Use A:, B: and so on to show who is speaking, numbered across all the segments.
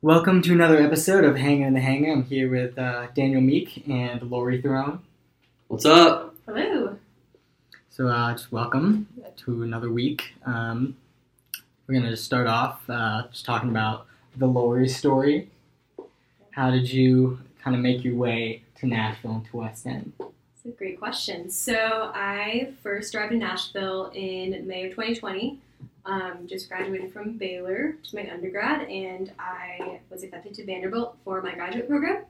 A: Welcome to another episode of Hang on the Hang. I'm here with uh, Daniel Meek and Lori Theron.
B: What's up?
C: Hello.
A: So uh, just welcome to another week. Um, we're gonna just start off uh, just talking about the Lori story. How did you kind of make your way to Nashville and to West End?
C: It's a great question. So I first arrived in Nashville in May of 2020. Um, just graduated from Baylor to my undergrad, and I was accepted to Vanderbilt for my graduate program.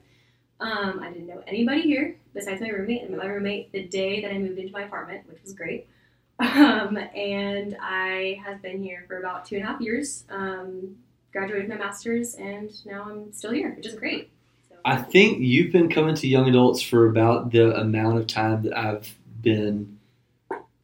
C: Um, I didn't know anybody here besides my roommate and my roommate the day that I moved into my apartment, which was great. Um, and I have been here for about two and a half years. Um, graduated my master's, and now I'm still here, which is great. So,
B: I think you've been coming to young adults for about the amount of time that I've been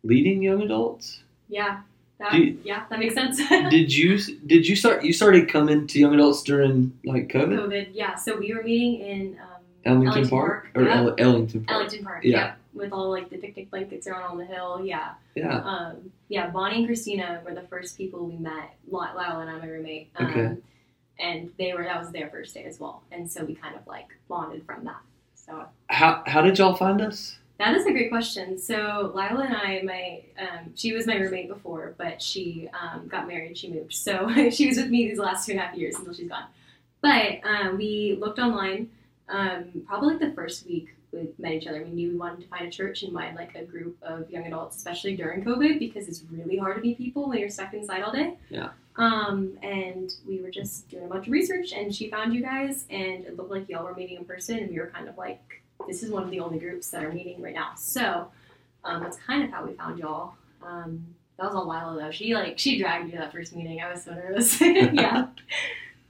B: leading young adults.
C: yeah, that,
B: Do you-
C: yeah, that makes sense.
B: Did you did you start you started coming to young adults during like COVID?
C: COVID, yeah. So we were meeting in um,
B: Ellington, Park or
C: yeah.
B: El- Ellington Park?
C: Ellington Park,
B: Yeah.
C: yeah. With all like the picnic blankets around on the hill, yeah.
B: Yeah.
C: Um, yeah, Bonnie and Christina were the first people we met. Lyle, Lyle and I, my roommate. Um,
B: Okay.
C: And they were that was their first day as well, and so we kind of like bonded from that. So
B: How how did y'all find us?
C: that is a great question. So Lila and I, my um, she was my roommate before, but she um, got married, she moved, so she was with me these last two and a half years until she's gone. But um, we looked online. Um, probably like the first week we met each other, we knew we wanted to find a church and find like a group of young adults, especially during COVID, because it's really hard to meet people when you're stuck inside all day.
B: Yeah.
C: Um, and we were just doing a bunch of research, and she found you guys, and it looked like y'all were meeting in person, and we were kind of like this is one of the only groups that are meeting right now. So um, that's kind of how we found y'all. Um, that was a while ago. She like she dragged me to that first meeting. I was so nervous. yeah,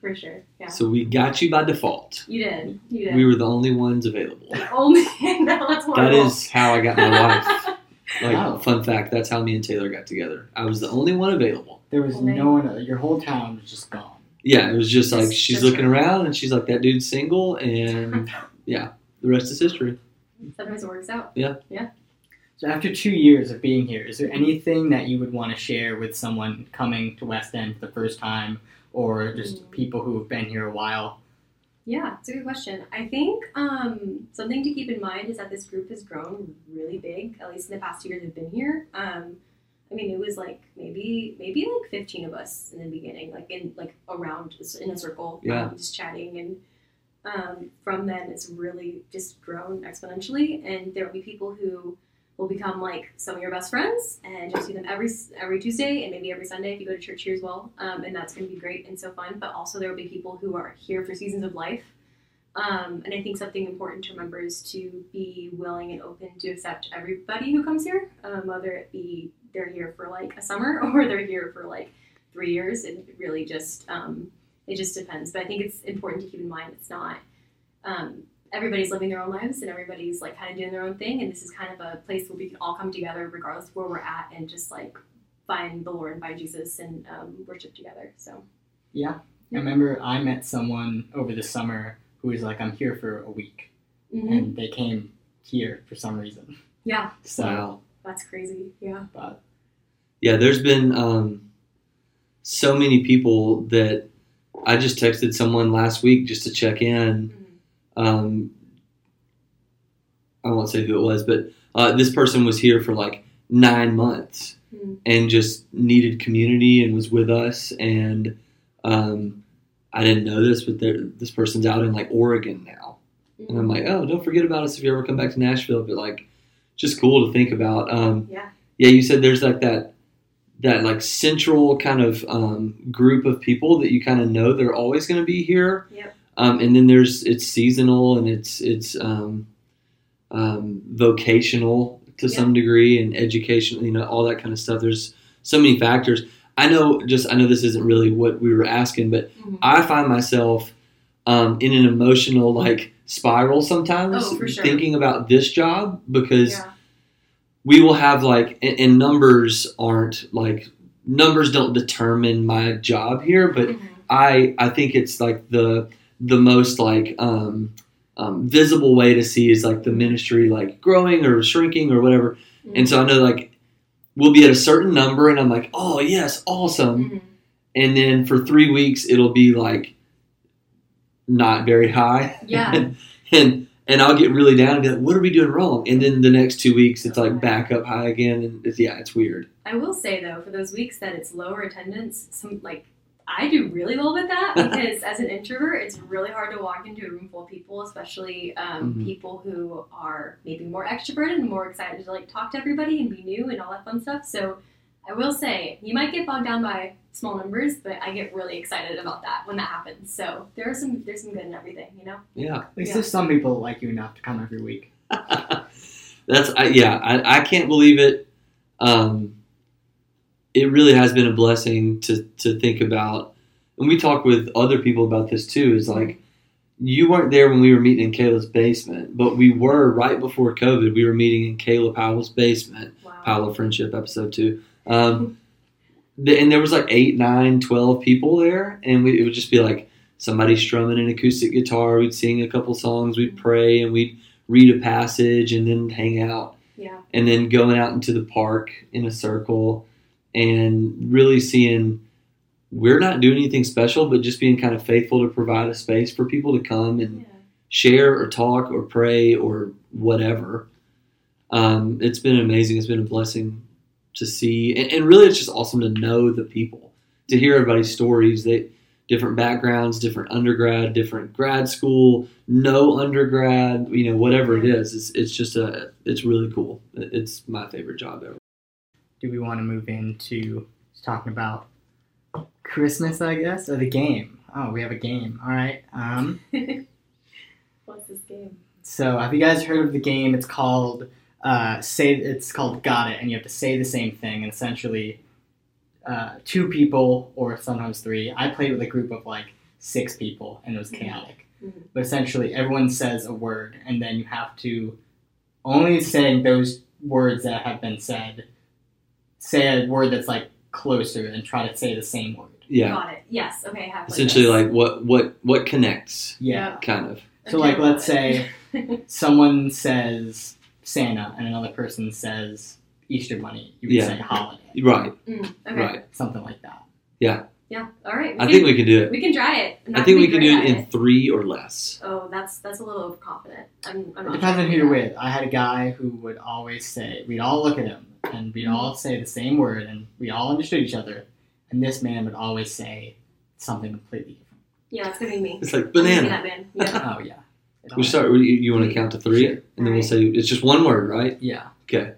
C: for sure. Yeah,
B: So we got you by default.
C: you did. You did. Oh,
B: We were the only ones available.
C: Only no, that's horrible.
B: That is how I got my wife. Like
A: Wow.
B: fun fact, that's how me and Taylor got together. I was the only one available.
A: There was
C: Well, they-
A: no one. Your whole town was just gone.
B: Yeah, it was just like
C: Just-
B: she's
C: just-
B: looking around and she's like, that dude's single, and yeah, the rest is history.
C: Sometimes it works out.
A: So after two years of being here, is there anything that you would want to share with someone coming to West End for the first time, or just
C: Mm.
A: people who have been here a while?
C: Yeah, it's a good question. I think um, something to keep in mind is that this group has grown really big. At least in the past two years I've been here. Um, I mean, it was like maybe maybe like fifteen of us in the beginning, like in like around in a circle,
B: Yeah.
C: um, just chatting, and um, from then it's really just grown exponentially. And there will be people who will become like some of your best friends, and you'll see them every every Tuesday and maybe every Sunday if you go to church here as well. Um, and that's going to be great and so fun. But also there will be people who are here for seasons of life. Um, and I think something important to remember is to be willing and open to accept everybody who comes here, um, whether it be they're here for like a summer or they're here for like three years. It really just um, it just depends. But I think it's important to keep in mind it's not um, everybody's living their own lives and everybody's like kind of doing their own thing. And this is kind of a place where we can all come together regardless of where we're at and just like find the Lord and find Jesus and um, worship together. So
A: I remember I met someone over the summer who was like, "I'm here for a week,"
C: mhm.
A: and they came here for some reason.
C: yeah,
A: So,
C: that's crazy. Yeah.
A: but
B: Yeah, there's been um, so many people that I just texted someone last week just to check in.
C: Mhm.
B: Um, I won't say who it was, but uh, this person was here for like nine months
C: Hmm.
B: and just needed community and was with us. And um, I didn't know this, but there- this person's out in like Oregon now. And I'm like, oh, don't forget about us if you ever come back to Nashville. But like, just cool to think about. Um,
C: Yeah.
B: Yeah, you said there's like that, that like central kind of um, group of people that you kind of know they're always going to be here.
C: Yep.
B: Um, and then there's it's seasonal and it's it's um, um, vocational to
C: Yeah.
B: some degree and educational, you know, all that kind of stuff. There's so many factors. I know, just I know this isn't really what we were asking, but
C: Mhm.
B: I find myself um, in an emotional like spiral sometimes
C: Oh, for sure.
B: thinking about this job because
C: Yeah.
B: we will have like and, and numbers aren't like numbers don't determine my job here but
C: Mhm.
B: I I think it's like the the most like um, um, visible way to see is like the ministry like growing or shrinking or whatever and so I know like we'll be at a certain number and I'm like oh yes awesome
C: Mhm.
B: and then for three weeks it'll be like not very high.
C: Yeah.
B: and and I'll get really down and be like, what are we doing wrong? And then the next two weeks, it's like back up high again. And it's, yeah, it's weird.
C: I will say though, for those weeks that it's lower attendance, some like I do really well with that because as an introvert, it's really hard to walk into a room full of people, especially um,
B: Mhm.
C: people who are maybe more extroverted and more excited to like talk to everybody and be new and all that fun stuff. So I will say you might get bogged down by small numbers, but I get really excited about that when that happens. So there are some there's some good in everything, you know.
B: Yeah.
A: At least
C: Yeah.
A: there's some people that like you enough to come every week.
B: That's, I, yeah, I, I can't believe it. Um, it really has been a blessing to, to think about. And we talk with other people about this too. Is like, you weren't there when we were meeting in Caleb's basement, but we were right before COVID. We were meeting in Caleb Powell's basement.
C: Wow.
B: Pile of Friendship episode two. Um, the, and there was like eight, nine, twelve people there, and we, it would just be like somebody strumming an acoustic guitar. We'd sing a couple songs, we'd pray, and we'd read a passage, and then hang out,
C: Yeah.
B: and then going out into the park in a circle, and really seeing we're not doing anything special, but just being kind of faithful to provide a space for people to come and
C: Yeah.
B: share or talk or pray or whatever. Um, it's been amazing. It's been a blessing to see, and, and really, it's just awesome to know the people, to hear everybody's stories. They different backgrounds, different undergrad, different grad school, no undergrad, you know, whatever it is. It's it's just a it's really cool. It- It's my favorite job ever.
A: Do we want to move into talking about Christmas, I guess, or the game? Oh, we have a game. All right. Um,
C: What's this game?
A: so have you guys heard of the game? It's called uh, say. It's called Got It, and you have to say the same thing. And essentially, uh, two people or sometimes three. I played with a group of like six people, and it was chaotic.
C: Mhm.
A: But essentially, everyone says a word, and then you have to only say those words that have been said. Say a word that's like closer, and try to say the same word.
B: Yeah,
C: Got it. Oh, Yes. Okay. I have played
B: essentially,
C: this.
B: like what what what connects,
A: Yeah.
B: kind of.
A: So,
C: Okay,
A: like, let's
C: got it.
A: say someone says Santa, and another person says Easter Bunny. You would
B: Yeah.
A: say holiday,
B: Right,
C: Mm, okay.
B: right.
A: something like that.
C: Yeah. All right.
B: I think we can do it.
C: We can try it. I'm not
B: I think
C: gonna
B: we
C: be
B: can
C: great
B: do it
C: at
B: in three or less.
C: Oh, that's that's a little overconfident. I'm, I'm
A: It
C: not
A: depends
C: sure
A: on who you're
C: about
A: with. I had a guy who would always say, we'd all look at him and we'd all
C: Mm-hmm.
A: say the same word and we all understood each other. And this man would always say something completely different.
C: that. Yeah, it's gonna be me.
B: It's like
C: I'm
B: banana.
C: gonna be that man. Yeah.
A: Oh, yeah. It
B: We
A: always-
B: start. You, you want to count to three, and then we'll
C: Alright.
B: say it's just one word, right?
A: yeah.
B: Okay.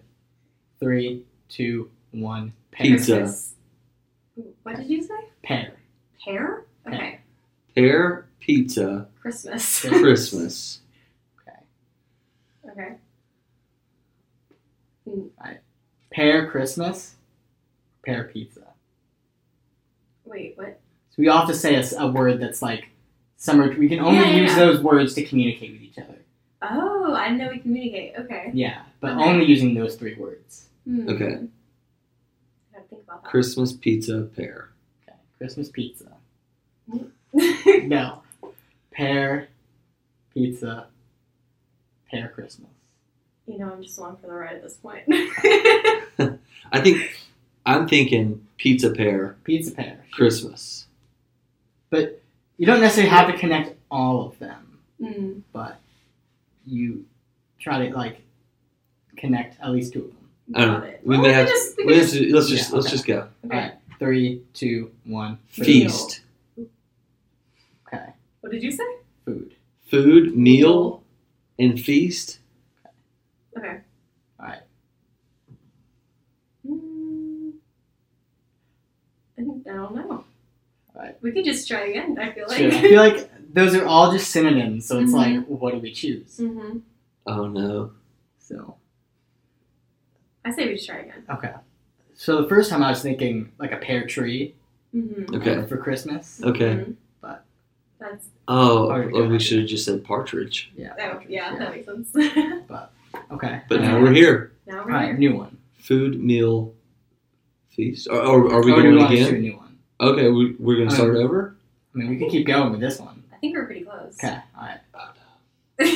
A: Three, two, one, pear.
B: Pizza.
C: Christmas. What did you say?
A: Pear.
C: Pear? Okay.
B: Pear, pizza,
C: Christmas.
A: Yeah.
B: Christmas.
C: okay.
A: Pear Christmas, pear pizza.
C: Wait, what?
A: So we all have to say a, s- a word that's like summer. We can only
C: Yeah, yeah,
A: use
C: yeah.
A: those words to communicate with each other.
C: Oh, I didn't know we communicate. Okay.
A: Yeah, but
C: Okay.
A: only using those three words.
C: Hmm.
B: Okay.
C: I gotta think about
B: Christmas pizza, pear.
A: Okay. Christmas pizza.
C: that.
A: No. Pear, pizza, pear Christmas.
C: you know, I'm just along for the ride at this point.
B: I think I'm thinking pizza, pear,
A: Pizza pear.
B: Christmas.
A: You don't necessarily have to connect all of them,
C: Hmm.
A: but you try to like connect at least two of them.
B: I don't
C: Got
B: know.
C: it.
B: We
C: Well,
B: may
C: can
B: have.
C: just- we
B: we
C: can
B: have to, let's
A: Yeah,
B: just let's
A: okay.
B: just go.
C: Okay.
A: Alright. Three, two, one. food.
B: Feast,
A: Okay.
C: What did you say?
A: Food.
B: food, meal, and feast.
C: Okay.
A: Alright.
C: Mm, I think- I don't know.
A: Alright.
C: We could just try again. I feel like.
A: Sure. I feel like those are all just synonyms, so it's
C: Mm-hmm.
A: like, what do we choose?
C: hmm
B: Oh no.
A: So
C: I say we just try again.
A: okay. So the first time I was thinking like a pear tree
C: Mm-hmm.
B: Okay.
A: for Christmas.
B: Okay.
A: But-
C: That's
B: Oh,
A: Alright,
B: oh,
A: yeah.
B: we should have just said partridge.
A: Yeah.
C: oh,
A: partridge,
C: yeah, that makes sense. now
A: Okay.
B: But now
A: Alright.
B: we're here.
C: we're
A: All right,
C: here.
A: new one.
B: Food, meal, feast. Are, are, are we
A: Or do
B: going
A: want to do a
B: again?
A: Oh, new one?
B: Okay, we, we're gonna
A: Um,
B: start over.
A: I mean, we can keep going with this one.
C: I think we're pretty close.
A: Okay, all right.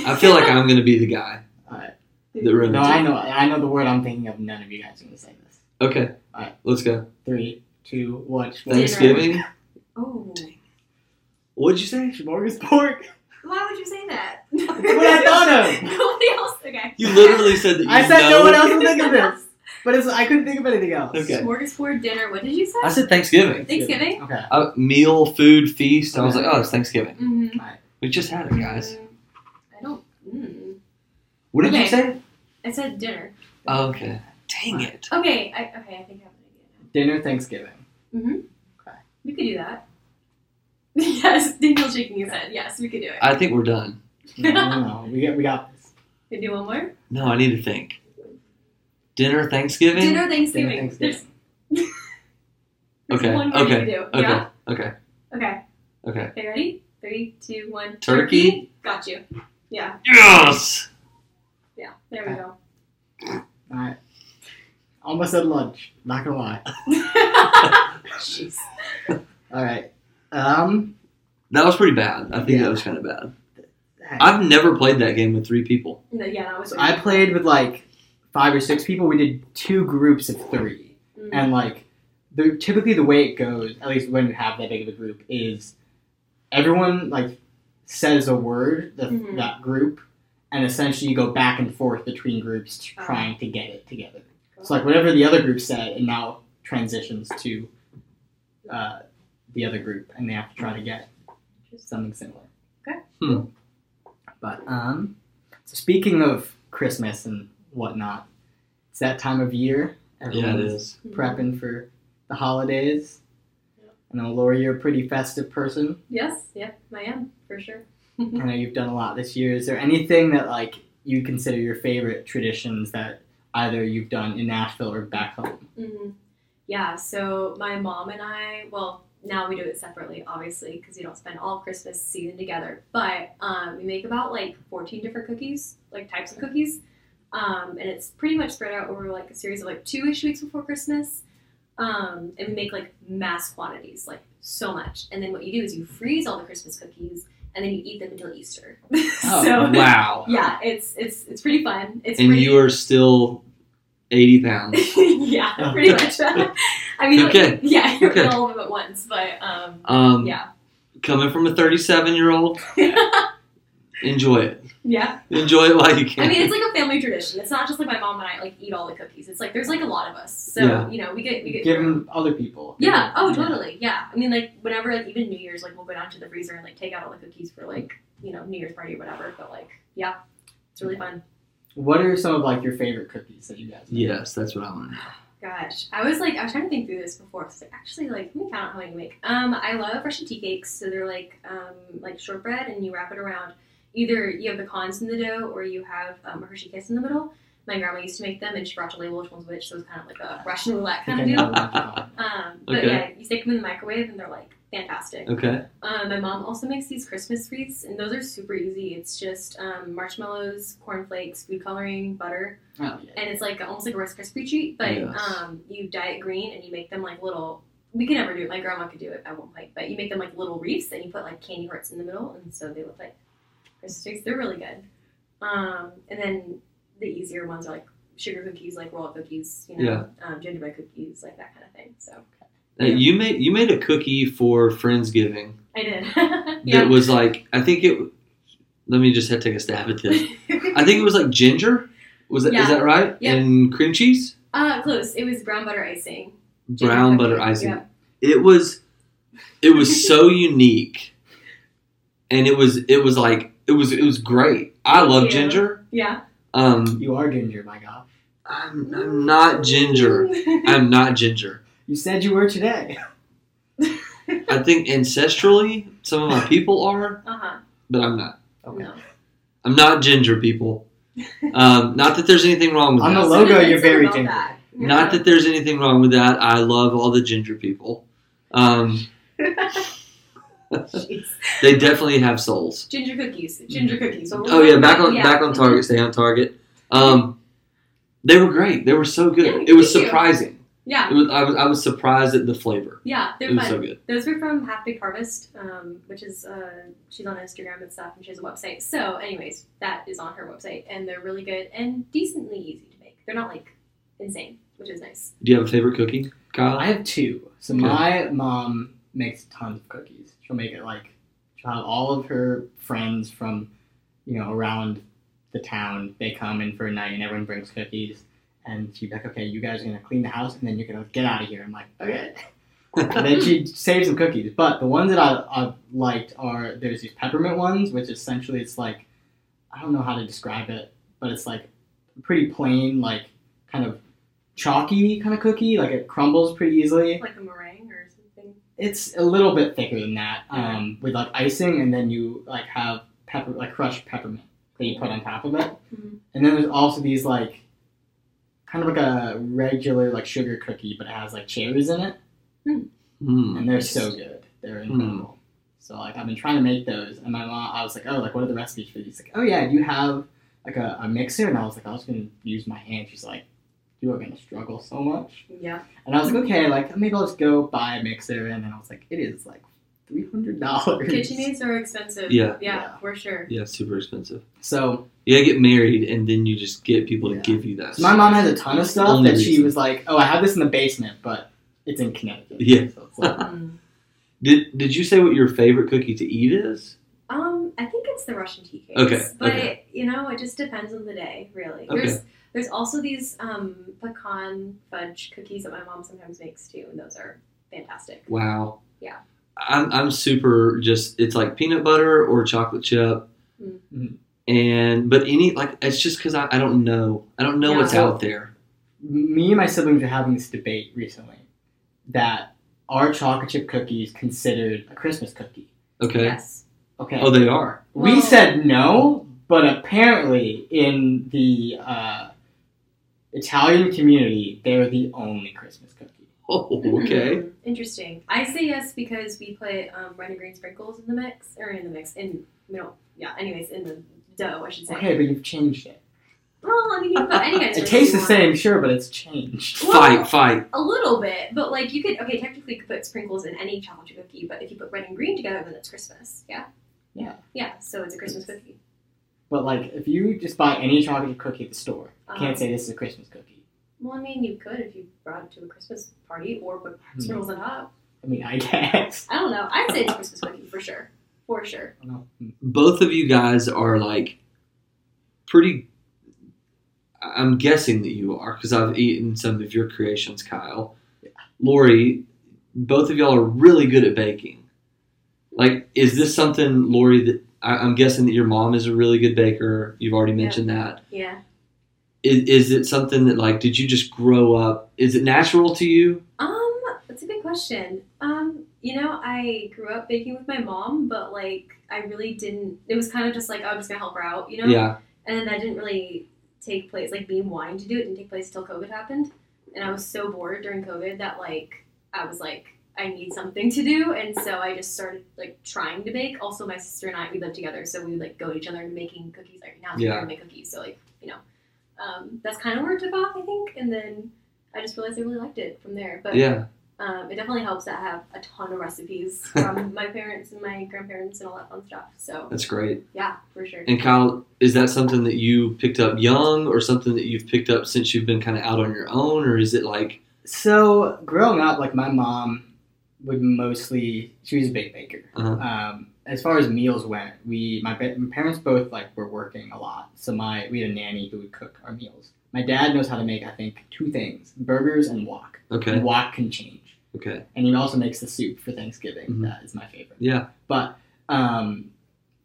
B: I feel like I'm gonna be the guy that ruins
A: No,
B: it.
A: I know, I know the word I'm thinking of. None of you guys are gonna say this.
B: Okay,
A: Alright.
B: let's go.
A: Three, two, one.
C: Dinner.
B: Thanksgiving,
C: Oh,
B: What'd you say?
A: Shimori's pork.
C: Why would you say that?
A: what I thought of.
C: Nobody else. Okay.
B: You literally said that. You
A: I said no
B: know-
A: one else would think of this. But it's, I couldn't think of anything else.
B: Okay.
C: Smorgasbord dinner. What did you say?
B: I said Thanksgiving.
C: Thanksgiving.
A: Okay.
B: Uh, meal, food, feast. I was like, oh, it's Thanksgiving.
C: hmm
B: We just had it, guys.
C: Mm-hmm. I don't. Mm.
B: What did you
C: Okay.
B: say?
C: I said dinner.
B: Oh, okay. Dang it.
C: Okay. I, okay. I think I have an idea. now.
A: Dinner, Thanksgiving.
C: We could do that. yes. Daniel shaking his head. Yes, we could do it.
B: I think we're done.
A: No, no, no. We, got, we got this.
C: Could do one more.
B: No, I need to think. Dinner, Thanksgiving.
C: Dinner. Thanksgiving.
A: Dinner,
C: There's,
A: Thanksgiving.
C: there's
B: Okay,
C: one more
B: okay,
C: you could do.
B: Okay.
C: Yeah.
B: Okay.
C: Okay.
B: Okay.
C: Okay. Ready? Three, two, one.
B: Turkey?
C: Got you. Yeah.
B: Yes.
C: Yeah. There we go.
A: Alright. Almost at lunch. Not gonna lie.
C: Jeez.
A: Alright. Um.
B: That was pretty bad. I think
A: Yeah.
B: that was kind of bad.
A: heck.
B: I've never played that game with three people.
C: No, yeah. That was.
A: So I played with like five or six people. We did two groups of three.
C: Mm.
A: and like the typically the way it goes at least when you have that big of a group is everyone like says a word that,
C: Mhm.
A: that group and essentially you go back and forth between groups to,
C: Ah.
A: trying to get it together so like whatever the other group said it now transitions to uh, the other group and they have to try to get something similar
C: Okay.
B: Hmm.
A: but um so speaking of christmas and whatnot it's that time of year
B: Yeah, it
A: everyone's-
B: is.
A: prepping for the holidays.
C: Yeah.
A: I know Lori, you're a pretty festive person.
C: Yes, yeah, I am for sure.
A: I know you've done a lot this year. Is there anything that like you consider your favorite traditions that either you've done in Nashville or back home?
C: hmm Yeah, so my mom and I, well, now we do it separately, obviously, because we don't spend all Christmas season together. But um, we make about like 14 different cookies, like types of cookies. Um, and it's pretty much spread out over like a series of like two ish weeks before Christmas. Um, and we make like mass quantities, like so much. And then what you do is you freeze all the Christmas cookies and then you eat them until Easter. so,
B: Oh, wow.
C: yeah, it's it's it's pretty fun. It's
B: And
C: pretty,
B: you are still 80 pounds.
C: yeah, pretty much. I mean, like,
B: Okay.
C: yeah, you're
B: Okay.
C: all of them at once, but um,
B: Um,
C: yeah,
B: Coming from a 37 year old, enjoy it.
C: yeah.
B: Enjoy it while you can.
C: I mean, it's like a family tradition. It's not just like my mom and I like eat all the cookies. It's like there's like a lot of us, so
B: Yeah.
C: you know, we get we get
A: Give them other people.
C: Yeah. Oh, totally. Yeah. I mean, like whenever like even New Year's, like we'll go down to the freezer and like take out all the cookies for like you know New Year's party or whatever. But like, yeah, it's really fun.
A: What are some of like your favorite cookies that you guys? make?
B: yes, that's what I want to know.
C: Gosh, I was like, I was trying to think through this before. 'cause, like, actually, like, let me count out how many you make. Um, I love Russian tea cakes. So they're like, um, like shortbread, and you wrap it around. Either you have pecans in the dough, or you have um, a Hershey Kiss in the middle. My grandma used to make them, and she forgot to label which one's which, so it's kind of like a Russian roulette
A: I think
C: kind
A: I
C: of
A: know
C: deal.
A: what you're talking about.
C: Um, but
B: Okay.
C: yeah, you stick them in the microwave, and they're like fantastic.
B: Okay.
C: Um, my mom also makes these Christmas wreaths, and those are super easy. It's just um, marshmallows, cornflakes, food coloring, butter
A: Oh, yeah.
C: and it's like almost like a Rice Krispie treat, but
B: Yes.
C: um, you dye it green and you make them like little. We could never do it. My grandma could do it at one point, but you make them like little wreaths and you put like candy hearts in the middle, and so they look like Christmas trees. They're really good. Um, and then the easier ones are like sugar cookies, like roll up cookies, you know, um, gingerbread cookies, like that kind of thing. So
B: Hey,
C: Yeah.
B: You made you made a cookie for Friendsgiving
C: I did.
B: that
C: yeah.
B: was like I think it. Let me just take a stab at this. I think it was like ginger. Was that is
C: Yeah.
B: that right?
C: Yeah.
B: And cream cheese,
C: uh, close. It was brown butter icing.
B: brown
C: Gingerbread
B: butter
C: cookies,
B: icing.
C: yeah.
B: It was, it was so unique, and it was it was like it was it was great. I
C: Thank
B: love
C: you.
B: ginger.
C: Yeah.
B: Um,
A: You are ginger, my god.
B: I'm, I'm not ginger. I'm not ginger.
A: You said you were today.
B: I think ancestrally some of my people are,
C: uh huh.
B: but I'm not.
A: Okay.
C: No.
B: I'm not ginger people. Um, not that there's anything wrong with
A: On
B: that.
A: the logo,
C: Something
A: you're very
C: about
A: ginger.
C: that.
B: Not that there's anything wrong with that. I love all the ginger people. Um,
C: Jeez.
B: they definitely have souls.
C: Ginger cookies. Ginger cookies. What was
B: Oh
C: that?
B: yeah, back on back on target. Stay on target. Um, they were great. They were so good.
C: Yeah,
B: it was
C: thank you.
B: surprising.
C: Yeah,
B: It was, I was I was surprised at the flavor.
C: yeah, they're
B: It was
C: fun.
B: so good.
C: Those were from Half Big Harvest, um, which is uh, she's on Instagram and stuff, and she has a website. So, anyways, that is on her website, and they're really good and decently easy to make. They're not like insane, which is nice.
B: Do you have a favorite cookie, Kyle?
A: Uh, I have two. So
B: Okay.
A: my mom makes tons of cookies. She'll make it like She'll have all of her friends from, you know, around the town. They come in for a night, and everyone brings cookies. And she's like, "Okay, you guys are gonna clean the house, and then you're gonna get out of here." I'm like, "Okay." and then she saves some cookies. But the ones that I, I've liked are there's these peppermint ones, which essentially it's like I don't know how to describe it, but it's like pretty plain, like kind of chalky kind of cookie. Like it crumbles pretty easily.
C: Like a meringue or something.
A: It's a little bit thicker than that, um, with like icing, and then you like have pepper, like crushed peppermint that you put on top of it.
C: Mhm.
A: And then there's also these like kind of like a regular like sugar cookie, but it has like cherries in it
B: Hmm.
A: and they're so good. They're incredible. So like I've been trying to make those, and my mom, I was like, oh, like what are the recipes for these? Like, oh yeah, do you have like a, a mixer? And I was like, I was gonna use my hand. She's like, you are gonna struggle so much.
C: Yeah.
A: And I was like, okay, like maybe I'll just go buy a mixer. And then I was like, it is like three hundred dollars.
C: KitchenAids are expensive.
B: Yeah.
A: Yeah.
C: for sure.
B: Yeah, super expensive.
A: So,
B: You gotta get married, and then you just get people to
A: Yeah.
B: give you that.
A: so my mom has a ton of stuff
B: Only
A: that she
B: reason.
A: was like, oh, I have this in the basement, but it's in Connecticut.
B: Yeah.
A: So it's
B: Uh,
A: like,
C: Mm.
B: Did Did you say what your favorite cookie to eat is?
C: Um, I think it's the Russian tea cakes.
B: Okay,
C: But
B: okay.
C: you know, it just depends on the day, really.
B: Okay.
C: There's there's also these um, pecan fudge cookies that my mom sometimes makes too, and those are fantastic.
B: Wow.
C: Yeah.
B: I'm I'm super just it's like peanut butter or chocolate chip.
C: Mm.
A: Mhm.
B: And but any like it's just because I, I don't know I don't know
C: Yeah.
B: what's out there.
A: me and my siblings were having this debate recently that are chocolate chip cookies considered a Christmas cookie?
B: Okay.
C: Yes.
A: Okay.
B: Oh, they are.
A: we
C: Well-
A: said no, but apparently in the uh, Italian community, they're the only Christmas cookie.
B: Oh, okay.
C: Mm, Interesting. I say yes because we put um, red and green sprinkles in the mix, or in the mix, in no, yeah. Anyways, in the dough, I should say.
A: Okay, but you've changed it.
C: Well, I mean, you can put any kind of
A: It
C: sprinkles
A: tastes
C: you
A: the
C: want.
A: same, sure, but it's changed.
C: Well-
B: fight, fight.
C: A little bit, but like you could okay, technically you could put sprinkles in any chocolate chip cookie, but if you put red and green together, then it's Christmas. Yeah.
A: Yeah.
C: Yeah. So it's a Christmas cookie.
A: But like, if you just buy any chocolate chip cookie at the store, you
C: Um,
A: can't say this is a Christmas cookie.
C: Well, I mean, you could if you brought it to a Christmas party or put
A: Hmm.
C: sprinkles on top.
A: I mean, I guess.
C: I don't know. I'd say it's a Christmas cookie for sure. For sure.
A: I don't know. Hmm.
B: Both of you guys are like pretty. I- I'm guessing that you are because I've eaten some of your creations, Kyle. Lori, both of y'all are really good at baking. Like, is this something, Lori, that I, I'm guessing that your mom is a really good baker? You've already mentioned that.
C: Yeah.
B: Is, is it something that, like, did you just grow up? Is it natural to you?
C: Um, that's a good question. Um, you know, I grew up baking with my mom, but like I really didn't. It was kind of just like oh, I'm just gonna help her out, you know.
B: Yeah.
C: and that didn't really take place like being wanting to do it didn't take place till covid happened and i was so bored during covid that like i was like i need something to do and so i just started like trying to bake also my sister and i we lived together so we would like go to each other and making cookies like now
B: Yeah.
C: we're gonna make cookies so like you know um, that's kind of where it took off i think and then i just realized i really liked it from there but
B: Yeah.
C: um, it definitely helps that i have a ton of recipes from my parents and my grandparents and all that fun stuff so
B: That's great.
C: yeah for sure
B: And Kyle, is that something that you picked up young or something that you've picked up since you've been kind of out on your own? Or is it like,
A: So growing up, like my mom would mostly she was a big baker.
B: uh,
A: Um, as far as meals went, we my, pa- my parents both like were working a lot, so my we had a nanny who would cook our meals. My dad knows how to make I think two things: burgers and wok.
B: okay,
A: And wok can change,
B: okay,
A: and he also makes the soup for Thanksgiving.
B: Mhm.
A: That is my favorite.
B: yeah,
A: But um,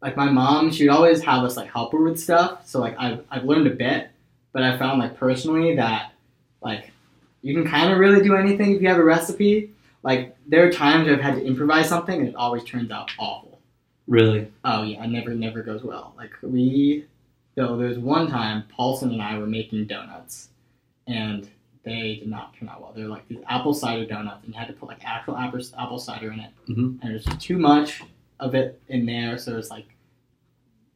A: like my mom, she would always have us like help her with stuff. So like I've I've learned a bit, but I found like personally that like you can kind of really do anything if you have a recipe. Like there are times I've had to improvise something and it always turns out awful.
B: really,
A: Oh yeah, it never never goes well. Like we, though, there's one time Paulson and I were making donuts, and they did not turn out well. They're like these apple cider donuts, and you had to put like actual apple, apple cider in it,
B: Mhm.
A: and there's too much of it in there, so it's like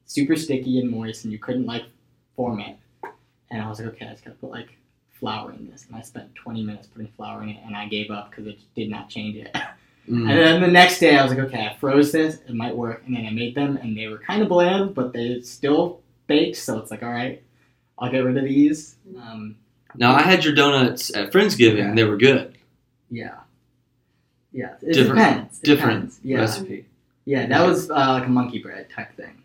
A: super sticky and moist, and you couldn't like form it. And I was like, okay, I just gotta put like flour in this, and I spent 20 minutes putting flour in it, and I gave up because it did not change it.
B: Mm.
A: And then the next day, I was like, okay, I froze this. It might work. And then I made them, and they were kind of bland, but they still baked. So it's like, all right, I'll get rid of these. Um,
B: Now I had your donuts at Friendsgiving and they were good.
A: yeah, yeah. It
B: Different-
A: depends. It
B: different
A: depends. Yeah.
B: Recipe.
A: Yeah, that was uh, like a monkey bread type thing.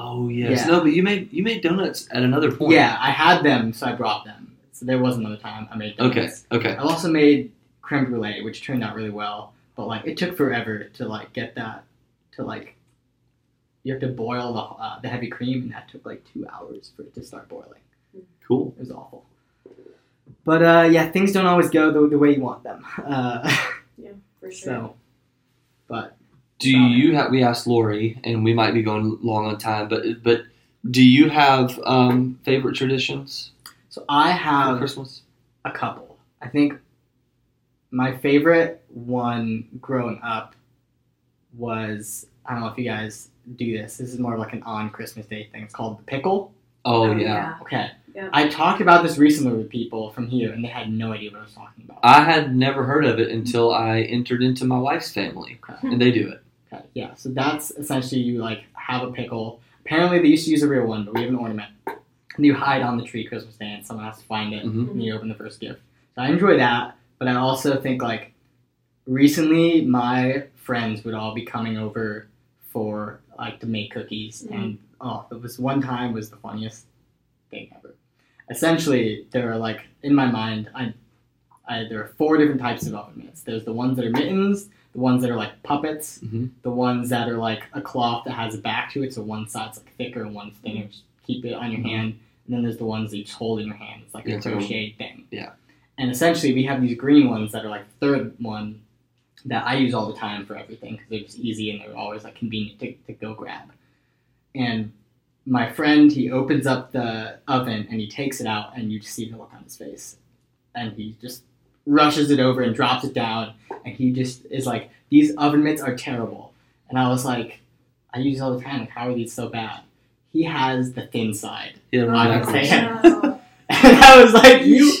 B: Oh yes.
A: Yeah.
B: No, but you made you made donuts at another point.
A: Yeah, I had them, so I brought them. So there was another time I made
B: Okay.
A: donuts.
B: Okay.
A: I also made creme brulee, which turned out really well, but like it took forever to like get that to like. You have to boil the, uh, the heavy cream, and that took like two hours for it to start boiling.
B: Cool.
A: It was awful. But uh, yeah, things don't always go the, the way you want them. Uh,
C: for sure.
A: so, but
B: Do you have? We asked Lori, and we might be going long on time, but but do you have um, favorite traditions
A: so I
B: for
A: have
B: Christmas?
A: a couple. I think my favorite one growing up was I don't know if you guys do this. This is more of like an on Christmas Day thing. It's called the pickle.
B: Oh
A: um,
B: yeah.
A: Okay.
C: Yeah.
A: I talked about this recently with people from here, and they had no idea what I was talking about.
B: I had never heard of it until I entered into my wife's family,
A: okay.
B: and they do it.
A: okay. Yeah. So that's essentially you like have a pickle. Apparently they used to use a real one, but we have an ornament. And you hide on the tree Christmas Day, and someone has to find it.
B: hmm
A: and you open the first gift. So I enjoy that, but I also think like recently my friends would all be coming over for like to make cookies, and oh, it was one time was the funniest thing ever. Essentially, there are like in my mind, I, I there are four different types of oven mitts. There's the ones that are mittens, the ones that are like puppets,
B: Mhm.
A: the ones that are like a cloth that has a back to it, so one side's like thicker and one's thinner.
B: Mm-hmm.
A: Just keep it on your
B: Mhm.
A: hand. And then there's the ones that you just hold in your hand. It's like
B: Yeah,
A: a
B: it's like a-
A: crochet thing.
B: yeah.
A: And essentially, we have these green ones that are like the third one that I use all the time for everything because they're just easy and they're always like convenient to, to go grab. And my friend, he opens up the oven and he takes it out, and you just see the look on his face. And he just rushes it over and drops it down, and he just is like, These oven mitts are terrible. And I was like, I use all the time. Like, how are these so bad? He has the thin side.
B: Yeah,
C: Oh,
A: I
B: backwards.
A: say- And I was like, You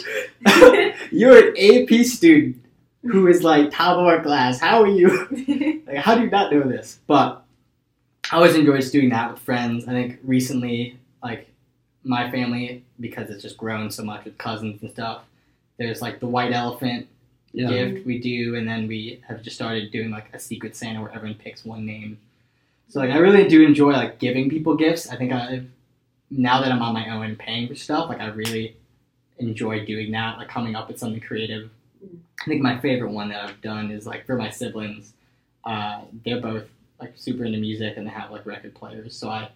A: you're an AP student who is like top of our class. How are you? Like, how do you not know this? But I always enjoy just doing that with friends. I think recently, like my family, because it's just grown so much with cousins and stuff. There's like the white elephant
B: Yeah.
A: gift we do, and then we have just started doing like a secret Santa where everyone picks one name. So like I really do enjoy like giving people gifts. I think I now that I'm on my own and paying for stuff, like I really enjoy doing that, like coming up with something creative.
C: Mm.
A: I think my favorite one that I've done is like for my siblings. Uh, they're both like super into music and they have like record players. So I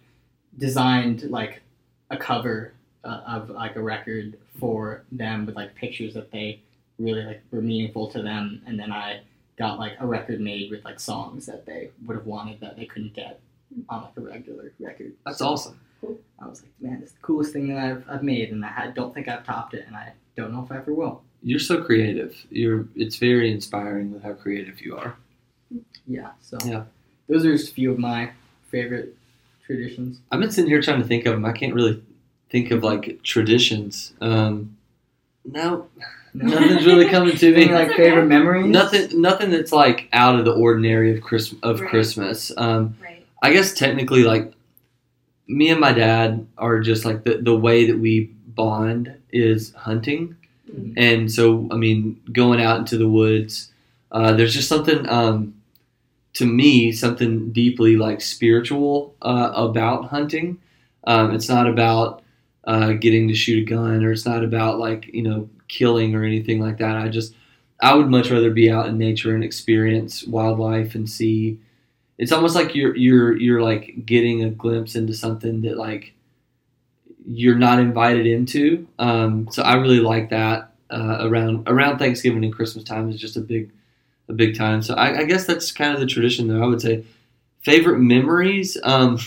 A: designed like a cover uh, of like a record for them with like pictures that they really like were meaningful to them and then I got like a record made with like songs that they would have wanted that they couldn't get on like a regular record.
B: That's
A: So
B: awesome.
A: I was like, man, it's the coolest thing that I've, I've made and I had- don't think I've topped it and I don't know if I ever will.
B: You're so creative. You're. It's very inspiring with how creative you are.
A: Yeah, so
B: Yeah.
A: those are just a few of my favorite traditions.
B: I've been sitting here trying to think of them. I can't really think of like traditions. Um, no, nothing's really coming to me.
A: Any like
C: That's okay.
A: favorite memories?
B: nothing, nothing that's like out of the ordinary of Christmas. Of
C: Right.
B: Christmas. Um,
C: right.
B: I guess technically, like me and my dad are just like the the way that we bond is hunting,
C: Mhm.
B: and so I mean, going out into the woods. Uh, there's just something um, to me, something deeply like spiritual uh, about hunting. Um, it's not about uh, getting to shoot a gun, or it's not about like you know killing or anything like that. I just I would much rather be out in nature and experience wildlife and see. It's almost like you're you're you're like getting a glimpse into something that like you're not invited into. Um, so I really like that uh, around around Thanksgiving and Christmas time is just a big a big time. So I, I guess that's kind of the tradition though. I would say favorite memories. Um,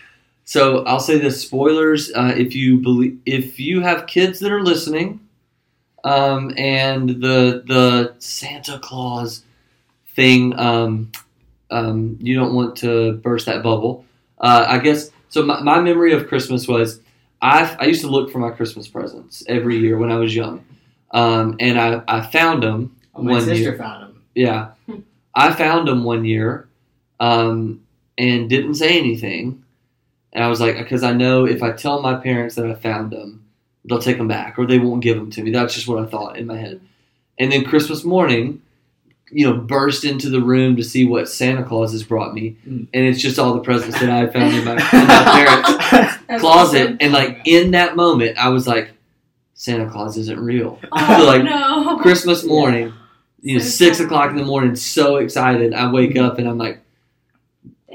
B: so I'll say this: spoilers. Uh, if you believe, if you have kids that are listening, um, and the the Santa Claus thing. Um, um, you don't want to burst that bubble. Uh, I guess so. My, my memory of Christmas was I, I used to look for my Christmas presents every year when I was young, um, and I, I found them
A: Oh, my
B: One
A: sister
B: year.
A: found them.
B: yeah.
C: Hmm.
B: I found him one year um, and didn't say anything. And I was like, because I know if I tell my parents that I found him, they'll take him back or they won't give him to me. That's just what I thought in my head. And then Christmas morning, you know, burst into the room to see what Santa Claus has brought me,
A: Mm.
B: and it's just all the presents that I found in my, in my parents'
C: That's
B: closet.
C: awesome.
B: And like in that moment, I was like, Santa Claus isn't real.
C: Oh,
B: So, like,
C: no.
B: Christmas morning, you know,
C: So
B: six
C: excited.
B: o'clock in the morning, so excited. I wake up and I'm like,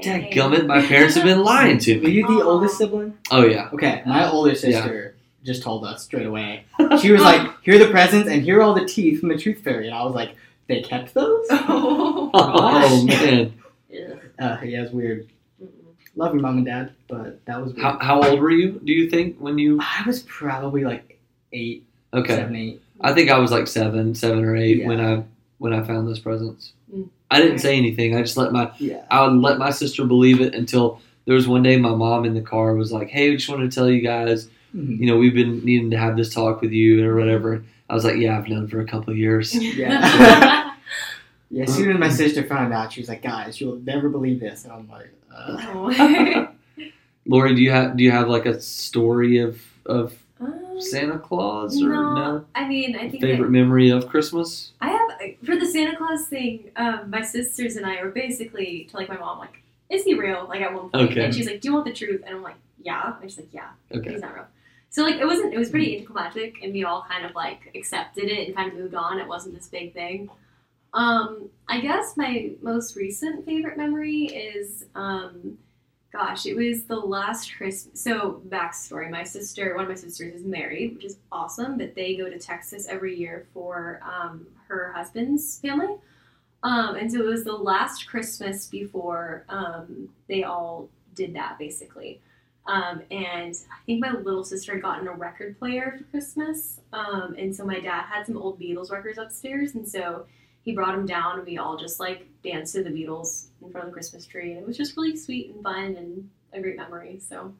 C: Dang.
B: dadgummit, my parents have been lying to
A: Were
B: me.
A: you the
C: Aw.
A: oldest sibling?
B: Oh yeah,
A: Okay, my older
B: Yeah.
A: sister just told us straight away. She was like, "Here are the presents, and here are all the teeth from the tooth fairy." And I was like, "They kept those?"
C: Oh.
B: oh man,
C: Ugh.
A: Uh, yeah, it's weird.
C: Mm-mm.
A: Love you, mom and dad, but that was weird.
B: how, how old were you? Do you think when you?
A: I was probably like eight,
B: Okay,
A: seven, eight.
B: I think I was like seven, seven or eight
A: Yeah.
B: when I when I found those presents.
C: Mm.
B: I didn't say anything. I just let my
A: Yeah.
B: I would let my sister believe it until there was one day my mom in the car was like, "Hey, we just wanted to tell you guys,
A: Mhm.
B: you know, we've been needing to have this talk with you or whatever." I was like, "Yeah, I've known for a couple of years."
A: Yeah. Yeah, as soon as my sister found out, she was like, "Guys, you'll never believe this," and I'm like, uh,
C: Oh.
B: Lori, do you have do you have like a story of of
C: Um,
B: Santa Claus or
C: no,
B: no?
C: I mean, I think
B: Favorite memory of Christmas?
C: I have for the Santa Claus thing. Um, my sisters and I were basically telling my mom like, "Is he real?" Like at one point,
B: Okay.
C: and she's like, "Do you want the truth?" And I'm like, "Yeah." And she's like, "Yeah,
B: Okay.
C: he's not real." So like it wasn't. It was pretty anticlimactic, and we all kind of like accepted it and kind of moved on. It wasn't this big thing. Um, I guess my most recent favorite memory is, um, gosh, it was the last Christmas. So backstory: my sister, one of my sisters, is married, which is awesome. But they go to Texas every year for um, her husband's family. Um, and so it was the last Christmas before um, they all did that, basically. Um, and I think my little sister had gotten a record player for Christmas. Um, and so my dad had some old Beatles records upstairs. And so he brought them down, and we all just like danced to the Beatles in front of the Christmas tree. And it was just really sweet and fun and a great memory. So